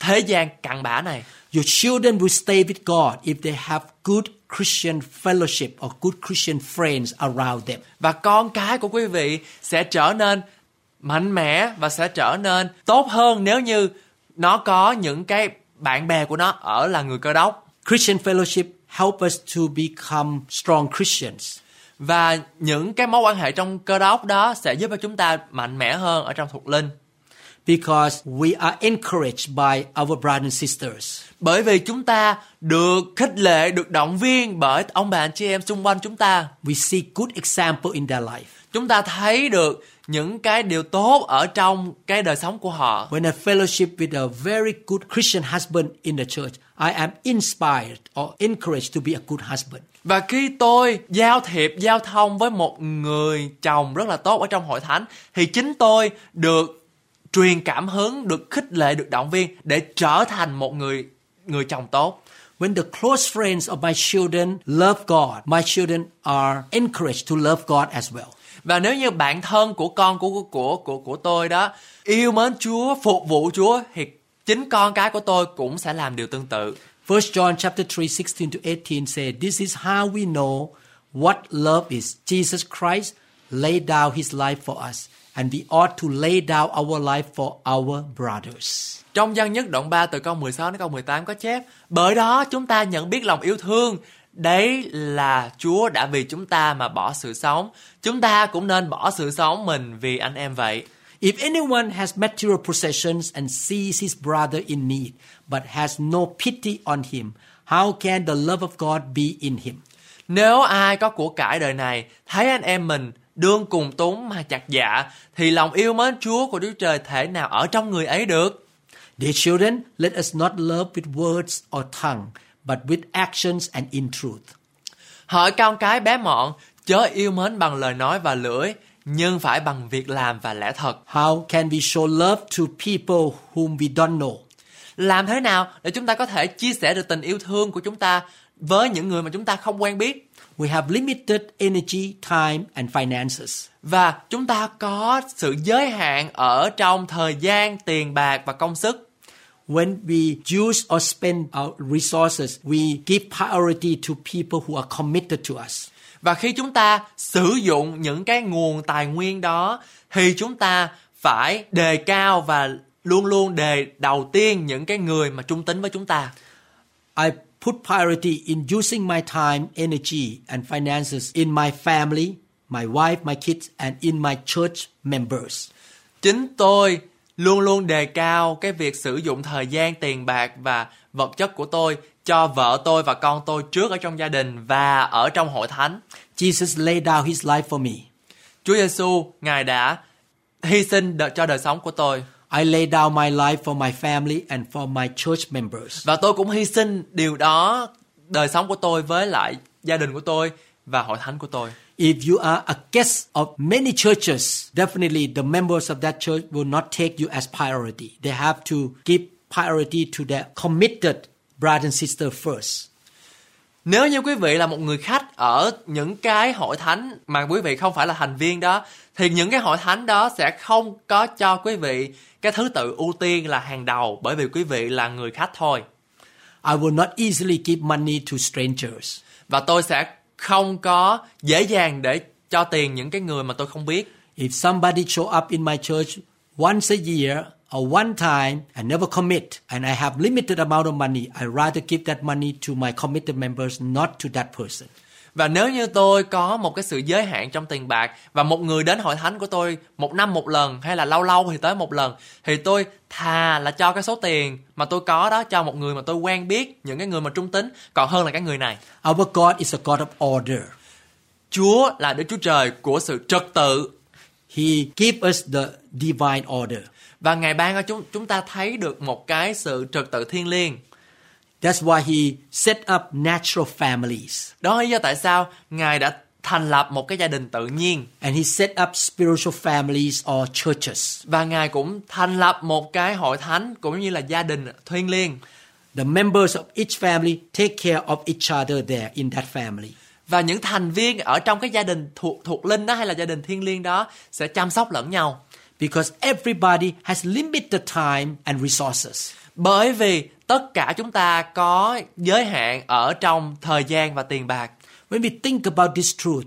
[SPEAKER 1] thế gian cặn bã này
[SPEAKER 2] Your children will stay with God if they have good Christian fellowship or good Christian friends around them.
[SPEAKER 1] và con cái của quý vị sẽ trở nên mạnh mẽ và sẽ trở nên tốt hơn nếu như nó có những cái bạn bè của nó ở là người cơ đốc
[SPEAKER 2] Christian fellowship help us to become strong Christians.
[SPEAKER 1] và những cái mối quan hệ trong cơ đốc đó sẽ giúp cho chúng ta mạnh mẽ hơn ở trong thuộc linh
[SPEAKER 2] because we are encouraged by our brothers and sisters.
[SPEAKER 1] bởi vì chúng ta được khích lệ được động viên bởi ông bà anh chị em xung quanh chúng ta
[SPEAKER 2] We see good example in their life.
[SPEAKER 1] chúng ta thấy được những cái điều tốt ở trong cái đời sống của họ
[SPEAKER 2] When I fellowship with a very good Christian husband in the church, I am inspired or encouraged to be a good husband.
[SPEAKER 1] và khi tôi giao thiệp giao thông với một người chồng rất là tốt ở trong hội thánh thì chính tôi được truyền cảm hứng được khích lệ được động viên để trở thành một người người chồng tốt
[SPEAKER 2] When the close friends of my children love God, my children are encouraged to love God as well.
[SPEAKER 1] và nếu như bạn thân của con của của của của tôi đó yêu mến Chúa phục vụ Chúa thì chính con cái của tôi cũng sẽ làm điều tương tự
[SPEAKER 2] 1 John chapter 3 16 to 18 say this is how we know what love is Jesus Christ laid down his life for us, and we ought to lay down our life for our brothers.
[SPEAKER 1] Trong gian nhất đoạn 3 từ câu 16 đến câu 18 có chép Bởi đó chúng ta nhận biết lòng yêu thương Đấy là Chúa đã vì chúng ta mà bỏ sự sống Chúng ta cũng nên bỏ sự sống mình vì anh em vậy
[SPEAKER 2] If anyone has material possessions and sees his brother in need, but has no pity on him, how can the love of God be in him?
[SPEAKER 1] Nếu ai có của cải đời này Thấy anh em mình đương cùng túng mà chặt dạ Thì lòng yêu mến Chúa của Đức Trời thể nào ở trong người ấy được
[SPEAKER 2] Dear children, let us not love with words or tongue, but with actions and in truth.
[SPEAKER 1] Hỡi con cái bé mọn, chớ yêu mến bằng lời nói và lưỡi, nhưng phải bằng việc làm và lẽ thật.
[SPEAKER 2] How can we show love to people whom we don't know?
[SPEAKER 1] Làm thế nào để chúng ta có thể chia sẻ được tình yêu thương của chúng ta với những người mà chúng ta không quen biết?
[SPEAKER 2] We have limited energy, time, and finances.
[SPEAKER 1] Và chúng ta có sự giới hạn ở trong thời gian, tiền bạc và công sức.
[SPEAKER 2] When we use or spend our resources, we give priority to people who are committed to us.
[SPEAKER 1] Và khi chúng ta sử dụng những cái nguồn tài nguyên đó thì chúng ta phải đề cao và luôn luôn đề đầu tiên những cái người mà trung tính với chúng ta.
[SPEAKER 2] I put priority in using my time, energy, and finances in my family, my wife, my kids, and in my church members.
[SPEAKER 1] Chính tôi luôn luôn đề cao cái việc sử dụng thời gian, tiền bạc và vật chất của tôi cho vợ tôi và con tôi trước ở trong gia đình và ở trong hội thánh.
[SPEAKER 2] Jesus laid down his life for me.
[SPEAKER 1] Chúa Giêsu ngài đã hy sinh đợi cho đời sống của tôi
[SPEAKER 2] I lay down my life for my family and for my church members.
[SPEAKER 1] và tôi cũng hy sinh điều đó đời sống của tôi với lại gia đình của tôi và hội thánh của tôi.
[SPEAKER 2] If you are a guest of many churches, definitely the members of that church will not take you as priority. They have to give priority to their committed brother and sister first.
[SPEAKER 1] Nếu như quý vị là một người khách ở những cái hội thánh mà quý vị không phải là thành viên đó thì những cái hội thánh đó sẽ không có cho quý vị cái thứ tự ưu tiên là hàng đầu bởi vì quý vị là người khách thôi.
[SPEAKER 2] I will not easily give money to strangers.
[SPEAKER 1] Và tôi sẽ không có dễ dàng để cho tiền những cái người mà tôi không biết.
[SPEAKER 2] If somebody show up in my church once a year or one time and never commit, and I have limited amount of money, I rather give that money to my committed members, not to that person.
[SPEAKER 1] Và nếu như tôi có một cái sự giới hạn trong tiền bạc và một người đến hội thánh của tôi một năm một lần hay là lâu lâu thì tới một lần thì tôi thà là cho cái số tiền mà tôi có đó cho một người mà tôi quen biết, những cái người mà trung tính còn hơn là cái người này.
[SPEAKER 2] Our God is a God of order.
[SPEAKER 1] Chúa là Đức Chúa Trời của sự trật tự
[SPEAKER 2] He gave us the divine order.
[SPEAKER 1] và Ngài ban cho chúng chúng ta thấy được một cái sự trật tự thiên liêng.
[SPEAKER 2] That's why He set up natural families
[SPEAKER 1] Đó là lý do tại sao Ngài đã thành lập một cái gia đình tự nhiên
[SPEAKER 2] and He set up spiritual families or churches.
[SPEAKER 1] và Ngài cũng thành lập một cái hội thánh cũng như là gia đình thiên liêng.
[SPEAKER 2] The members of each family take care of each other there in that family.
[SPEAKER 1] và những thành viên ở trong cái gia đình thuộc thuộc linh đó hay là gia đình thiên liêng đó sẽ chăm sóc lẫn nhau
[SPEAKER 2] Because everybody has limited time and resources.
[SPEAKER 1] bởi vì tất cả chúng ta có giới hạn ở trong thời gian và tiền bạc
[SPEAKER 2] When we think about this truth,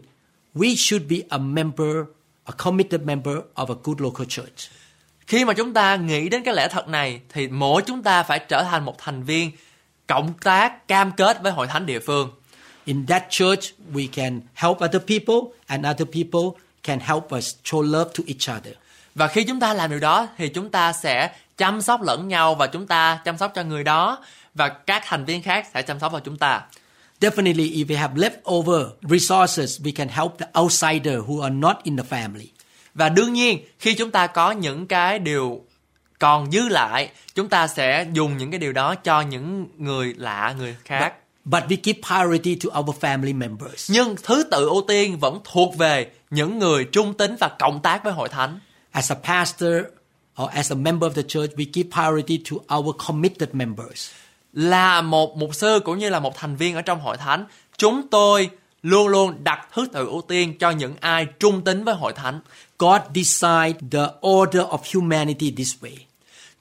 [SPEAKER 2] we should be a member, a committed member of a good local church.
[SPEAKER 1] khi mà chúng ta nghĩ đến cái lẽ thật này thì mỗi chúng ta phải trở thành một thành viên cộng tác cam kết với hội thánh địa phương
[SPEAKER 2] In that church, we can help other people, and other people can help us show love to each other.
[SPEAKER 1] và khi chúng ta làm điều đó thì chúng ta sẽ chăm sóc lẫn nhau và chúng ta chăm sóc cho người đó và các thành viên khác sẽ chăm sóc vào chúng ta
[SPEAKER 2] Definitely, if we have leftover resources, we can help the outsider who are not in the family.
[SPEAKER 1] Và đương nhiên khi chúng ta có những cái điều còn dư lại, chúng ta sẽ dùng những cái điều đó cho những người lạ, người khác.
[SPEAKER 2] But we give priority to our family members.
[SPEAKER 1] Nhưng thứ tự ưu tiên vẫn thuộc về những người trung tín và cộng tác với hội thánh.
[SPEAKER 2] As a pastor or as a member of the church, we give priority to our committed members.
[SPEAKER 1] Là một mục sư cũng như là một thành viên ở trong hội thánh, chúng tôi luôn luôn đặt thứ tự ưu tiên cho những ai trung tín với hội thánh.
[SPEAKER 2] God designed the order of humanity this way.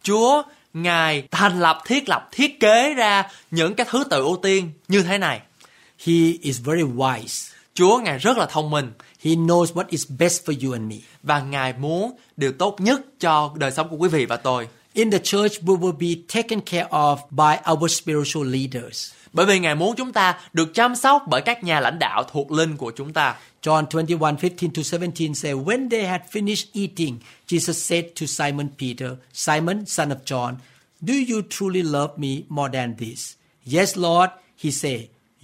[SPEAKER 1] Chúa Ngài thành lập thiết lập thiết kế ra những cái thứ tự ưu tiên như thế này.
[SPEAKER 2] He is very wise.
[SPEAKER 1] Chúa Ngài rất là thông minh.
[SPEAKER 2] He knows what is best for you and me.
[SPEAKER 1] và Ngài muốn điều tốt nhất cho đời sống của quý vị và tôi.
[SPEAKER 2] In the church, we will be taken care of by our spiritual leaders.
[SPEAKER 1] Bởi vì Ngài muốn chúng ta được chăm sóc bởi các nhà lãnh đạo thuộc linh của chúng ta.
[SPEAKER 2] John 21, 15 to 17 say, When they had finished eating, Jesus said to Simon Peter, Simon, son of John, do you truly love me more than this? Yes, Lord, he said,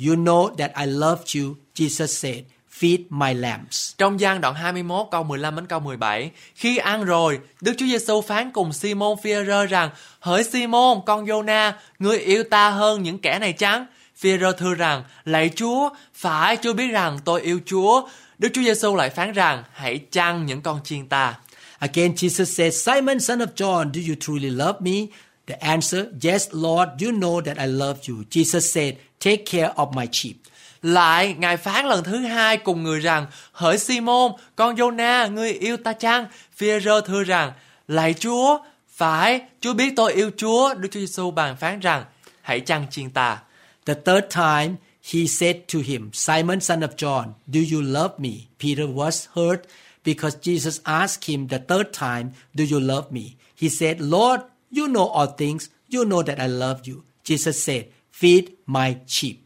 [SPEAKER 2] you know that I loved you. Jesus said, feed my lambs.
[SPEAKER 1] Trong gian đoạn 21 câu 15 đến câu 17, khi ăn rồi, Đức Chúa Giêsu phán cùng Simon Phi-e-rơ rằng: "Hỡi Simon, con Giô-na, ngươi yêu ta hơn những kẻ này chăng?" Phi-e-rơ thưa rằng: "Lạy Chúa, phải Chúa biết rằng tôi yêu Chúa." Đức Chúa Giêsu lại phán rằng: "Hãy chăn những con chiên ta."
[SPEAKER 2] Again, Jesus said, Simon, son of John, do you truly love me? The answer, yes, Lord, you know that I love you. Jesus said, take care of my sheep.
[SPEAKER 1] Lại, Ngài phán lần thứ hai cùng người rằng, Hỡi Simon, con Jonah, ngươi yêu ta chăng? Phi-e-rơ thưa rằng, Lạy Chúa, phải, Chúa biết tôi yêu Chúa. Đức Chúa Giêsu bàn phán rằng, hãy chăng chiên ta.
[SPEAKER 2] The third time he said to him, Simon, son of John, do you love me? Peter was hurt because Jesus asked him the third time, Do you love me? He said, Lord, you know all things. You know that I love you. Jesus said, Feed my sheep.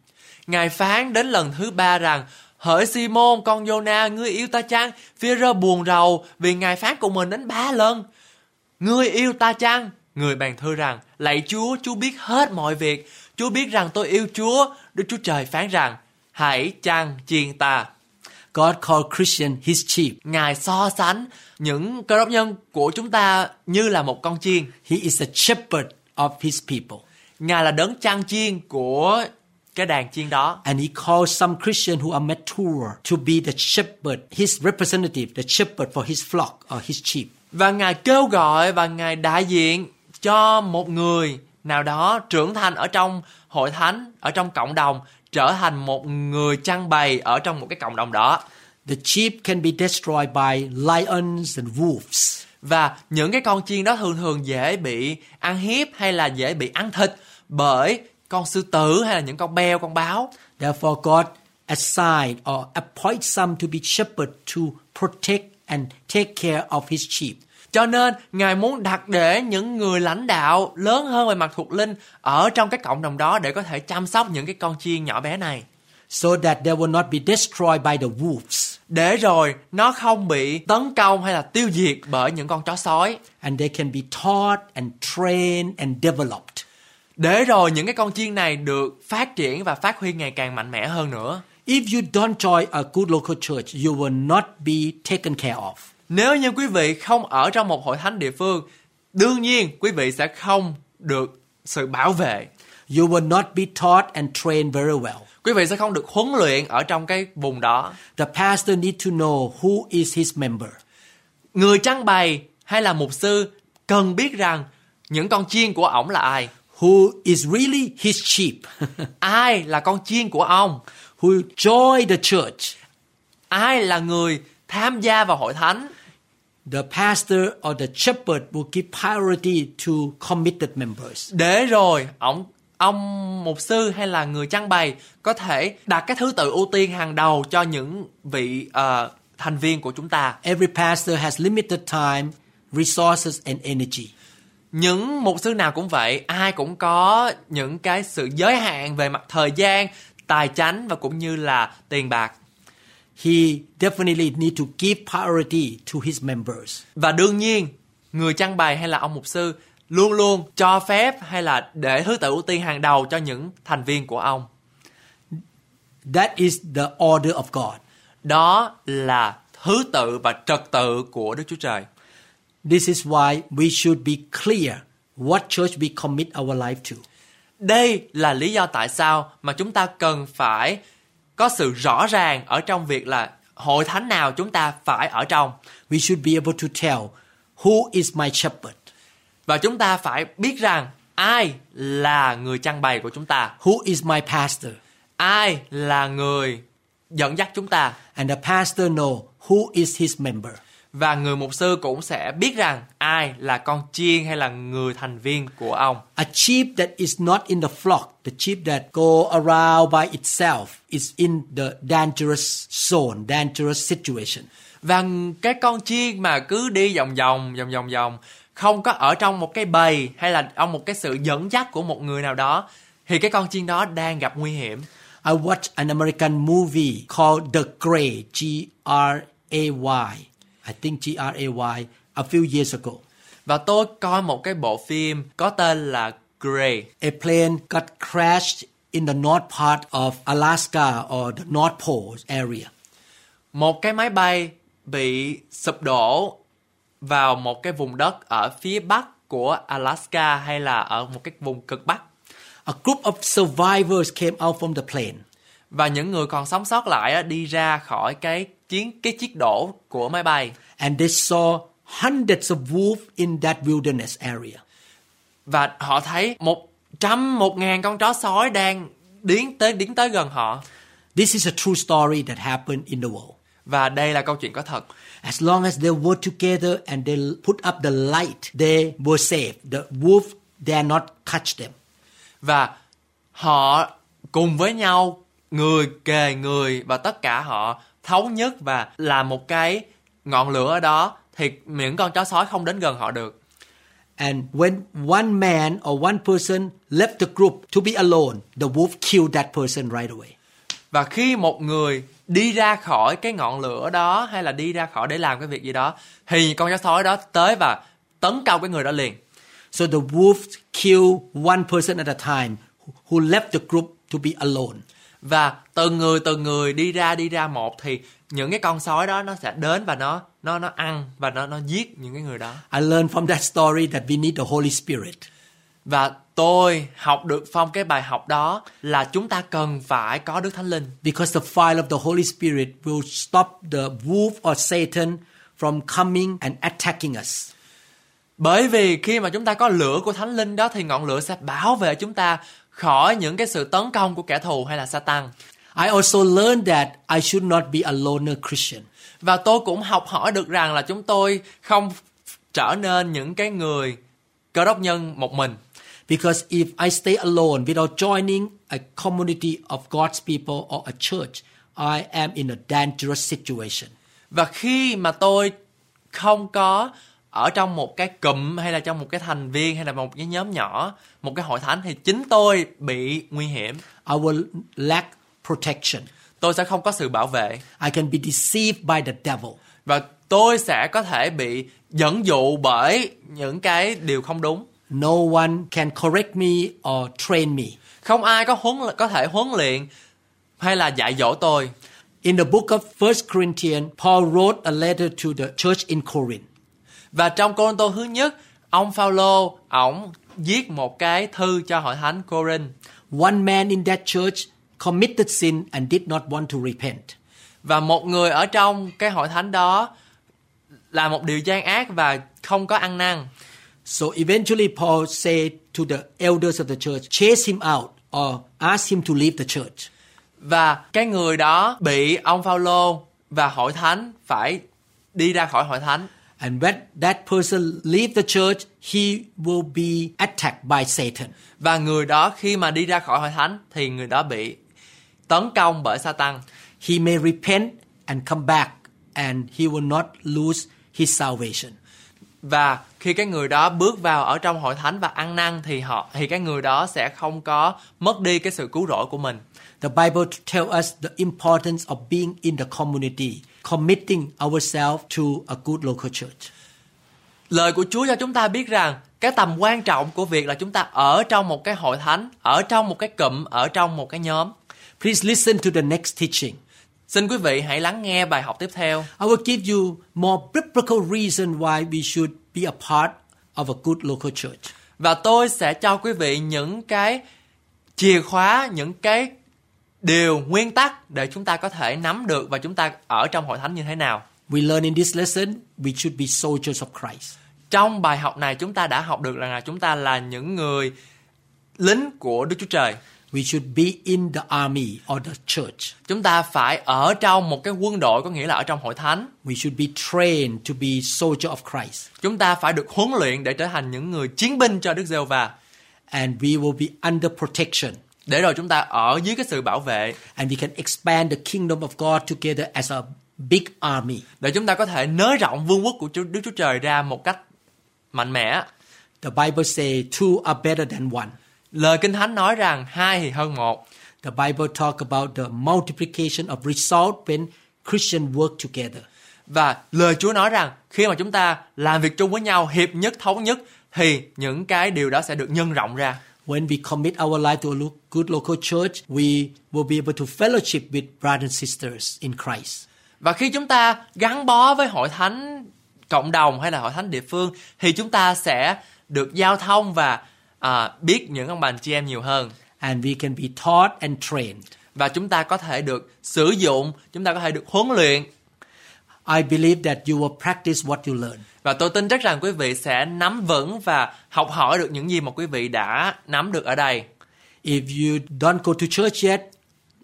[SPEAKER 1] Ngài phán đến lần thứ ba rằng, Hỡi Simon, con Jonah, ngươi yêu ta chăng? Phi-e-rơ buồn rầu vì Ngài phán cùng mình đến ba lần. Ngươi yêu ta chăng? Người bàn thưa rằng, lạy Chúa, Chúa biết hết mọi việc. Chúa biết rằng tôi yêu Chúa. Đức Chúa Trời phán rằng, hãy chăng chiên ta.
[SPEAKER 2] God called Christian his sheep.
[SPEAKER 1] Ngài so sánh những cơ đốc nhân của chúng ta như là một con chiên.
[SPEAKER 2] He is the shepherd of his people.
[SPEAKER 1] Ngài là đấng chăn chiên của cái đàn chiên đó.
[SPEAKER 2] And he calls some Christians who are mature to be the shepherd, his representative, the shepherd for his flock or his sheep.
[SPEAKER 1] Và Ngài kêu gọi và Ngài đại diện cho một người nào đó trưởng thành ở trong hội thánh, ở trong cộng đồng, trở thành một người chăn bày ở trong một cái cộng đồng đó.
[SPEAKER 2] The sheep can be destroyed by lions and wolves.
[SPEAKER 1] Và những cái con chiên đó thường thường dễ bị ăn hiếp hay là dễ bị ăn thịt bởi con sư tử hay là những con beo, con báo.
[SPEAKER 2] Therefore, God assigned or appoints some to be shepherd to protect and take care of his sheep.
[SPEAKER 1] Cho nên, Ngài muốn đặt để những người lãnh đạo lớn hơn về mặt thuộc linh ở trong cái cộng đồng đó để có thể chăm sóc những cái con chiên nhỏ bé này.
[SPEAKER 2] So that they will not be destroyed by the wolves,
[SPEAKER 1] Để rồi nó không bị tấn công hay là tiêu diệt bởi những con chó sói.
[SPEAKER 2] and they can be taught and trained and developed.
[SPEAKER 1] Để rồi những cái con chiên này được phát triển và phát huy ngày càng mạnh mẽ hơn nữa.
[SPEAKER 2] If you don't join a good local church, you will not be taken care of.
[SPEAKER 1] Nếu như quý vị không ở trong một hội thánh địa phương, đương nhiên quý vị sẽ không được sự bảo vệ.
[SPEAKER 2] You will not be taught and trained very well.
[SPEAKER 1] Quý vị sẽ không được huấn luyện ở trong cái vùng đó.
[SPEAKER 2] The pastor need to know who is his member.
[SPEAKER 1] Người trăng bày hay là mục sư cần biết rằng những con chiên của ổng là ai.
[SPEAKER 2] who is really his sheep,
[SPEAKER 1] Ai là con chiên của ông?
[SPEAKER 2] who join the church.
[SPEAKER 1] Ai là người tham gia vào hội thánh?
[SPEAKER 2] The pastor or the shepherd will give priority to committed members.
[SPEAKER 1] Để rồi ổng ông mục sư hay là người trăng bày có thể đặt cái thứ tự ưu tiên hàng đầu cho những vị ờ, thành viên của chúng ta.
[SPEAKER 2] Every pastor has limited time, resources, and energy.
[SPEAKER 1] những mục sư nào cũng vậy ai cũng có những cái sự giới hạn về mặt thời gian tài chánh và cũng như là tiền bạc
[SPEAKER 2] He definitely need to give priority to his members.
[SPEAKER 1] và đương nhiên người trang bày hay là ông mục sư luôn luôn cho phép hay là để thứ tự ưu tiên hàng đầu cho những thành viên của ông
[SPEAKER 2] That is the order of God.
[SPEAKER 1] đó là thứ tự và trật tự của đức chúa trời
[SPEAKER 2] This is why we should be clear what church we commit our life to.
[SPEAKER 1] đây là lý do tại sao mà chúng ta cần phải có sự rõ ràng ở trong việc là hội thánh nào chúng ta phải ở trong
[SPEAKER 2] We should be able to tell who is my shepherd,
[SPEAKER 1] Và chúng ta phải biết rằng ai là người trang bày của chúng ta,
[SPEAKER 2] who is my pastor,
[SPEAKER 1] ai là người dẫn dắt chúng ta
[SPEAKER 2] and the pastor know who is his member.
[SPEAKER 1] và người mục sư cũng sẽ biết rằng ai là con chiên hay là người thành viên của ông.
[SPEAKER 2] A sheep that is not in the flock, the sheep that go around by itself, is in the dangerous zone, dangerous situation.
[SPEAKER 1] Và ng- cái con chiên mà cứ đi vòng vòng vòng vòng vòng không có ở trong một cái bầy hay là trong một cái sự dẫn dắt của một người nào đó thì cái con chiên đó đang gặp nguy hiểm.
[SPEAKER 2] I watched an American movie called The Gray, G R A Y. I think G R A Y, a few years ago.
[SPEAKER 1] Và tôi coi một cái bộ phim có tên là Grey.
[SPEAKER 2] A plane got crashed in the north part of Alaska or the North Pole area.
[SPEAKER 1] Một cái máy bay bị sụp đổ vào một cái vùng đất ở phía bắc của Alaska hay là ở một cái vùng cực bắc
[SPEAKER 2] A group of survivors came out from the plane.
[SPEAKER 1] và những người còn sống sót lại á, đi ra khỏi cái chiến cái chiếc đổ của máy bay
[SPEAKER 2] and they saw hundreds of wolves in that wilderness area.
[SPEAKER 1] và họ thấy một trăm một ngàn con chó sói đang tiến tới tiến tới gần họ
[SPEAKER 2] This is a true story that happened in the world.
[SPEAKER 1] và đây là câu chuyện có thật
[SPEAKER 2] As long as they were together and they put up the light, they were safe. The wolf dare not touch them.
[SPEAKER 1] và họ cùng với nhau người kề người và tất cả họ thống nhất và làm một cái ngọn lửa ở đó thì những con chó sói không đến gần họ được
[SPEAKER 2] And when one man or one person left the group to be alone, the wolf killed that person right away.
[SPEAKER 1] và khi một người đi ra khỏi cái ngọn lửa đó hay là đi ra khỏi để làm cái việc gì đó thì con chó sói đó tới và tấn công cái người đó liền
[SPEAKER 2] So the wolf killed one person at a time who left the group to be alone.
[SPEAKER 1] và từng người từng người đi ra đi ra một thì những cái con sói đó nó sẽ đến và nó nó nó ăn và nó nó giết những cái người đó
[SPEAKER 2] I learned from that story that we need the Holy Spirit.
[SPEAKER 1] Và tôi học được phong cái bài học đó là chúng ta cần phải có Đức Thánh Linh.
[SPEAKER 2] because the fire of the Holy Spirit will stop the wolf or Satan from coming and attacking us.
[SPEAKER 1] Bởi vì khi mà chúng ta có lửa của Thánh Linh đó thì ngọn lửa sẽ bảo vệ chúng ta khỏi những cái sự tấn công của kẻ thù hay là Satan.
[SPEAKER 2] I also learned that I should not be a loner Christian.
[SPEAKER 1] Và tôi cũng học hỏi được rằng là chúng tôi không trở nên những cái người cơ đốc nhân một mình.
[SPEAKER 2] Because if I stay alone without joining a community of God's people or a church, I am in a dangerous situation.
[SPEAKER 1] Và khi mà tôi không có ở trong một cái cụm hay là trong một cái thành viên hay là một cái nhóm nhỏ, một cái hội thánh thì chính tôi bị nguy hiểm.
[SPEAKER 2] I will lack protection.
[SPEAKER 1] tôi sẽ không có sự bảo vệ
[SPEAKER 2] I can be deceived by the devil.
[SPEAKER 1] và tôi sẽ có thể bị dẫn dụ bởi những cái điều không đúng
[SPEAKER 2] No one can correct me or train me.
[SPEAKER 1] không ai có huấn có thể huấn luyện hay là dạy dỗ tôi
[SPEAKER 2] In the book of 1 Corinthians, Paul wrote a letter to the church in Corinth.
[SPEAKER 1] và trong cô tô thứ nhất ông Phaolô ổng viết một cái thư cho hội thánh Corinth
[SPEAKER 2] One man in that church committed sin and did not want to repent.
[SPEAKER 1] và một người ở trong cái hội thánh đó là một điều gian ác và không có ăn năn
[SPEAKER 2] So eventually, Paul said to the elders of the church, chase him out or ask him to leave the church.
[SPEAKER 1] và cái người đó bị ông Phaolô và hội thánh phải đi ra khỏi hội thánh
[SPEAKER 2] And when that person leave the church, he will be attacked by Satan.
[SPEAKER 1] Và người đó khi mà đi ra khỏi hội thánh thì người đó bị tấn công bởi Satan
[SPEAKER 2] He may repent and come back, and he will not lose his salvation.
[SPEAKER 1] và khi cái người đó bước vào ở trong hội thánh và ăn năn thì họ thì cái người đó sẽ không có mất đi cái sự cứu rỗi của mình.
[SPEAKER 2] The Bible tells us the importance of being in the community, committing ourselves to a good local church.
[SPEAKER 1] Lời của Chúa cho chúng ta biết rằng cái tầm quan trọng của việc là chúng ta ở trong một cái hội thánh, ở trong một cái cụm, ở trong một cái nhóm.
[SPEAKER 2] Please listen to the next teaching.
[SPEAKER 1] Xin quý vị hãy lắng nghe bài học tiếp theo
[SPEAKER 2] I will give you more biblical reason why we should be a part of a good local church.
[SPEAKER 1] và tôi sẽ cho quý vị những cái chìa khóa, những cái điều nguyên tắc để chúng ta có thể nắm được và chúng ta ở trong hội thánh như thế nào.
[SPEAKER 2] We learn in this lesson we should be soldiers of Christ.
[SPEAKER 1] Trong bài học này chúng ta đã học được rằng là chúng ta là những người lính của Đức Chúa Trời
[SPEAKER 2] We should be in the army or the church.
[SPEAKER 1] Chúng ta phải ở trong một cái quân đội có nghĩa là ở trong hội thánh.
[SPEAKER 2] We should be trained to be soldier of Christ.
[SPEAKER 1] Chúng ta phải được huấn luyện để trở thành những người chiến binh cho Đức giê va
[SPEAKER 2] And we will be under protection.
[SPEAKER 1] để rồi chúng ta ở dưới cái sự bảo vệ
[SPEAKER 2] And we can expand the kingdom of God together as a big army.
[SPEAKER 1] để chúng ta có thể nới rộng vương quốc của Chúa- Đức Chúa Trời ra một cách mạnh mẽ.
[SPEAKER 2] The Bible says two are better than one.
[SPEAKER 1] Lời Kinh Thánh nói rằng hai thì hơn một.
[SPEAKER 2] The Bible talk about the multiplication of result when Christian work together.
[SPEAKER 1] Và lời Chúa nói rằng khi mà chúng ta làm việc chung với nhau, hiệp nhất, thống nhất thì những cái điều đó sẽ được nhân rộng ra.
[SPEAKER 2] When we commit our life to a lo- good local church, we will be able to fellowship with brothers and sisters in Christ.
[SPEAKER 1] Và khi chúng ta gắn bó với hội thánh cộng đồng hay là hội thánh địa phương thì chúng ta sẽ được giao thông và à, biết những ông bà chị em nhiều hơn.
[SPEAKER 2] And we can be taught and trained.
[SPEAKER 1] Và chúng ta có thể được sử dụng, chúng ta có thể được huấn luyện
[SPEAKER 2] I believe that you will practice what you learn.
[SPEAKER 1] Và tôi tin chắc rằng quý vị sẽ nắm vững và học hỏi được những gì mà quý vị đã nắm được ở đây.
[SPEAKER 2] If you don't go to church yet,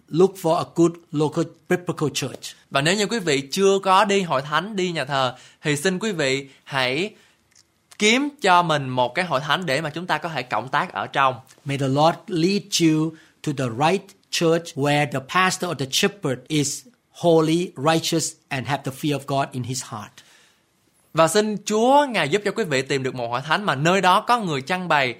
[SPEAKER 2] look for a good local biblical church.
[SPEAKER 1] Và nếu như quý vị chưa có đi hội thánh, đi nhà thờ thì xin quý vị hãy kiếm cho mình một cái hội thánh để mà chúng ta có thể cộng tác ở trong.
[SPEAKER 2] May the Lord lead you to the right church where the pastor or the shepherd is holy, righteous, and have the fear of God in his heart.
[SPEAKER 1] Và xin Chúa Ngài giúp cho quý vị tìm được một hội thánh mà nơi đó có người chăn bày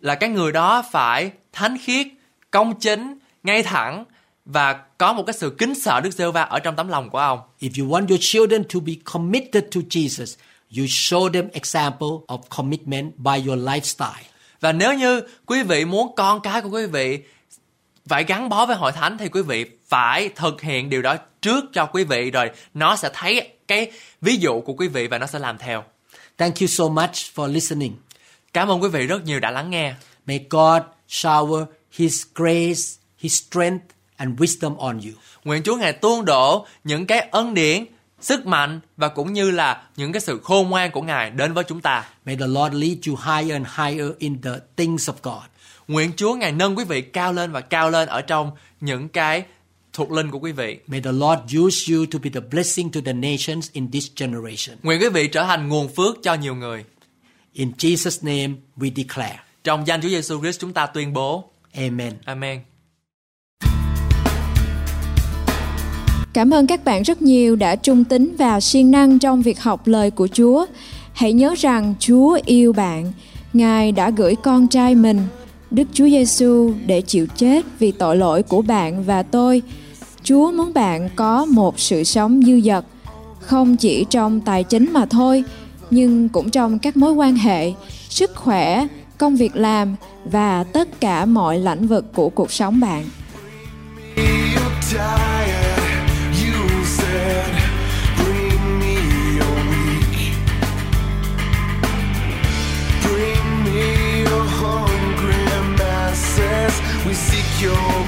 [SPEAKER 1] là cái người đó phải thánh khiết, công chính, ngay thẳng và có một cái sự kính sợ Đức Giê-hô-va ở trong tấm lòng của ông.
[SPEAKER 2] If you want your children to be committed to Jesus, you show them example of commitment by your lifestyle.
[SPEAKER 1] Và nếu như quý vị muốn con cái của quý vị phải gắn bó với hội thánh thì quý vị phải thực hiện điều đó trước cho quý vị rồi nó sẽ thấy cái ví dụ của quý vị và nó sẽ làm theo.
[SPEAKER 2] Thank you so much for listening.
[SPEAKER 1] Cảm ơn quý vị rất nhiều đã lắng nghe.
[SPEAKER 2] May God shower his grace, his strength, and wisdom on you.
[SPEAKER 1] Nguyện Chúa Ngài tuôn đổ những cái ân điển, sức mạnh và cũng như là những cái sự khôn ngoan của Ngài đến với chúng ta.
[SPEAKER 2] May the Lord lead you higher and higher in the things of God.
[SPEAKER 1] Nguyện Chúa Ngài nâng quý vị cao lên và cao lên ở trong những cái thuộc linh của quý vị.
[SPEAKER 2] May the Lord use you to be the blessing to the nations in this generation.
[SPEAKER 1] Nguyện quý vị trở thành nguồn phước cho nhiều người.
[SPEAKER 2] In Jesus' name we declare.
[SPEAKER 1] Trong danh Chúa Giêsu Christ chúng ta tuyên bố.
[SPEAKER 2] Amen.
[SPEAKER 1] Amen.
[SPEAKER 3] Cảm ơn các bạn rất nhiều đã trung tín và siêng năng trong việc học lời của Chúa. Hãy nhớ rằng Chúa yêu bạn. Ngài đã gửi con trai mình, Đức Chúa Giêsu để chịu chết vì tội lỗi của bạn và tôi. Chúa muốn bạn có một sự sống dư dật, không chỉ trong tài chính mà thôi, nhưng cũng trong các mối quan hệ, sức khỏe, công việc làm và tất cả mọi lĩnh vực của cuộc sống bạn.
[SPEAKER 4] You're tired, you said, bring me your weak. Bring me your hungry masses. We seek your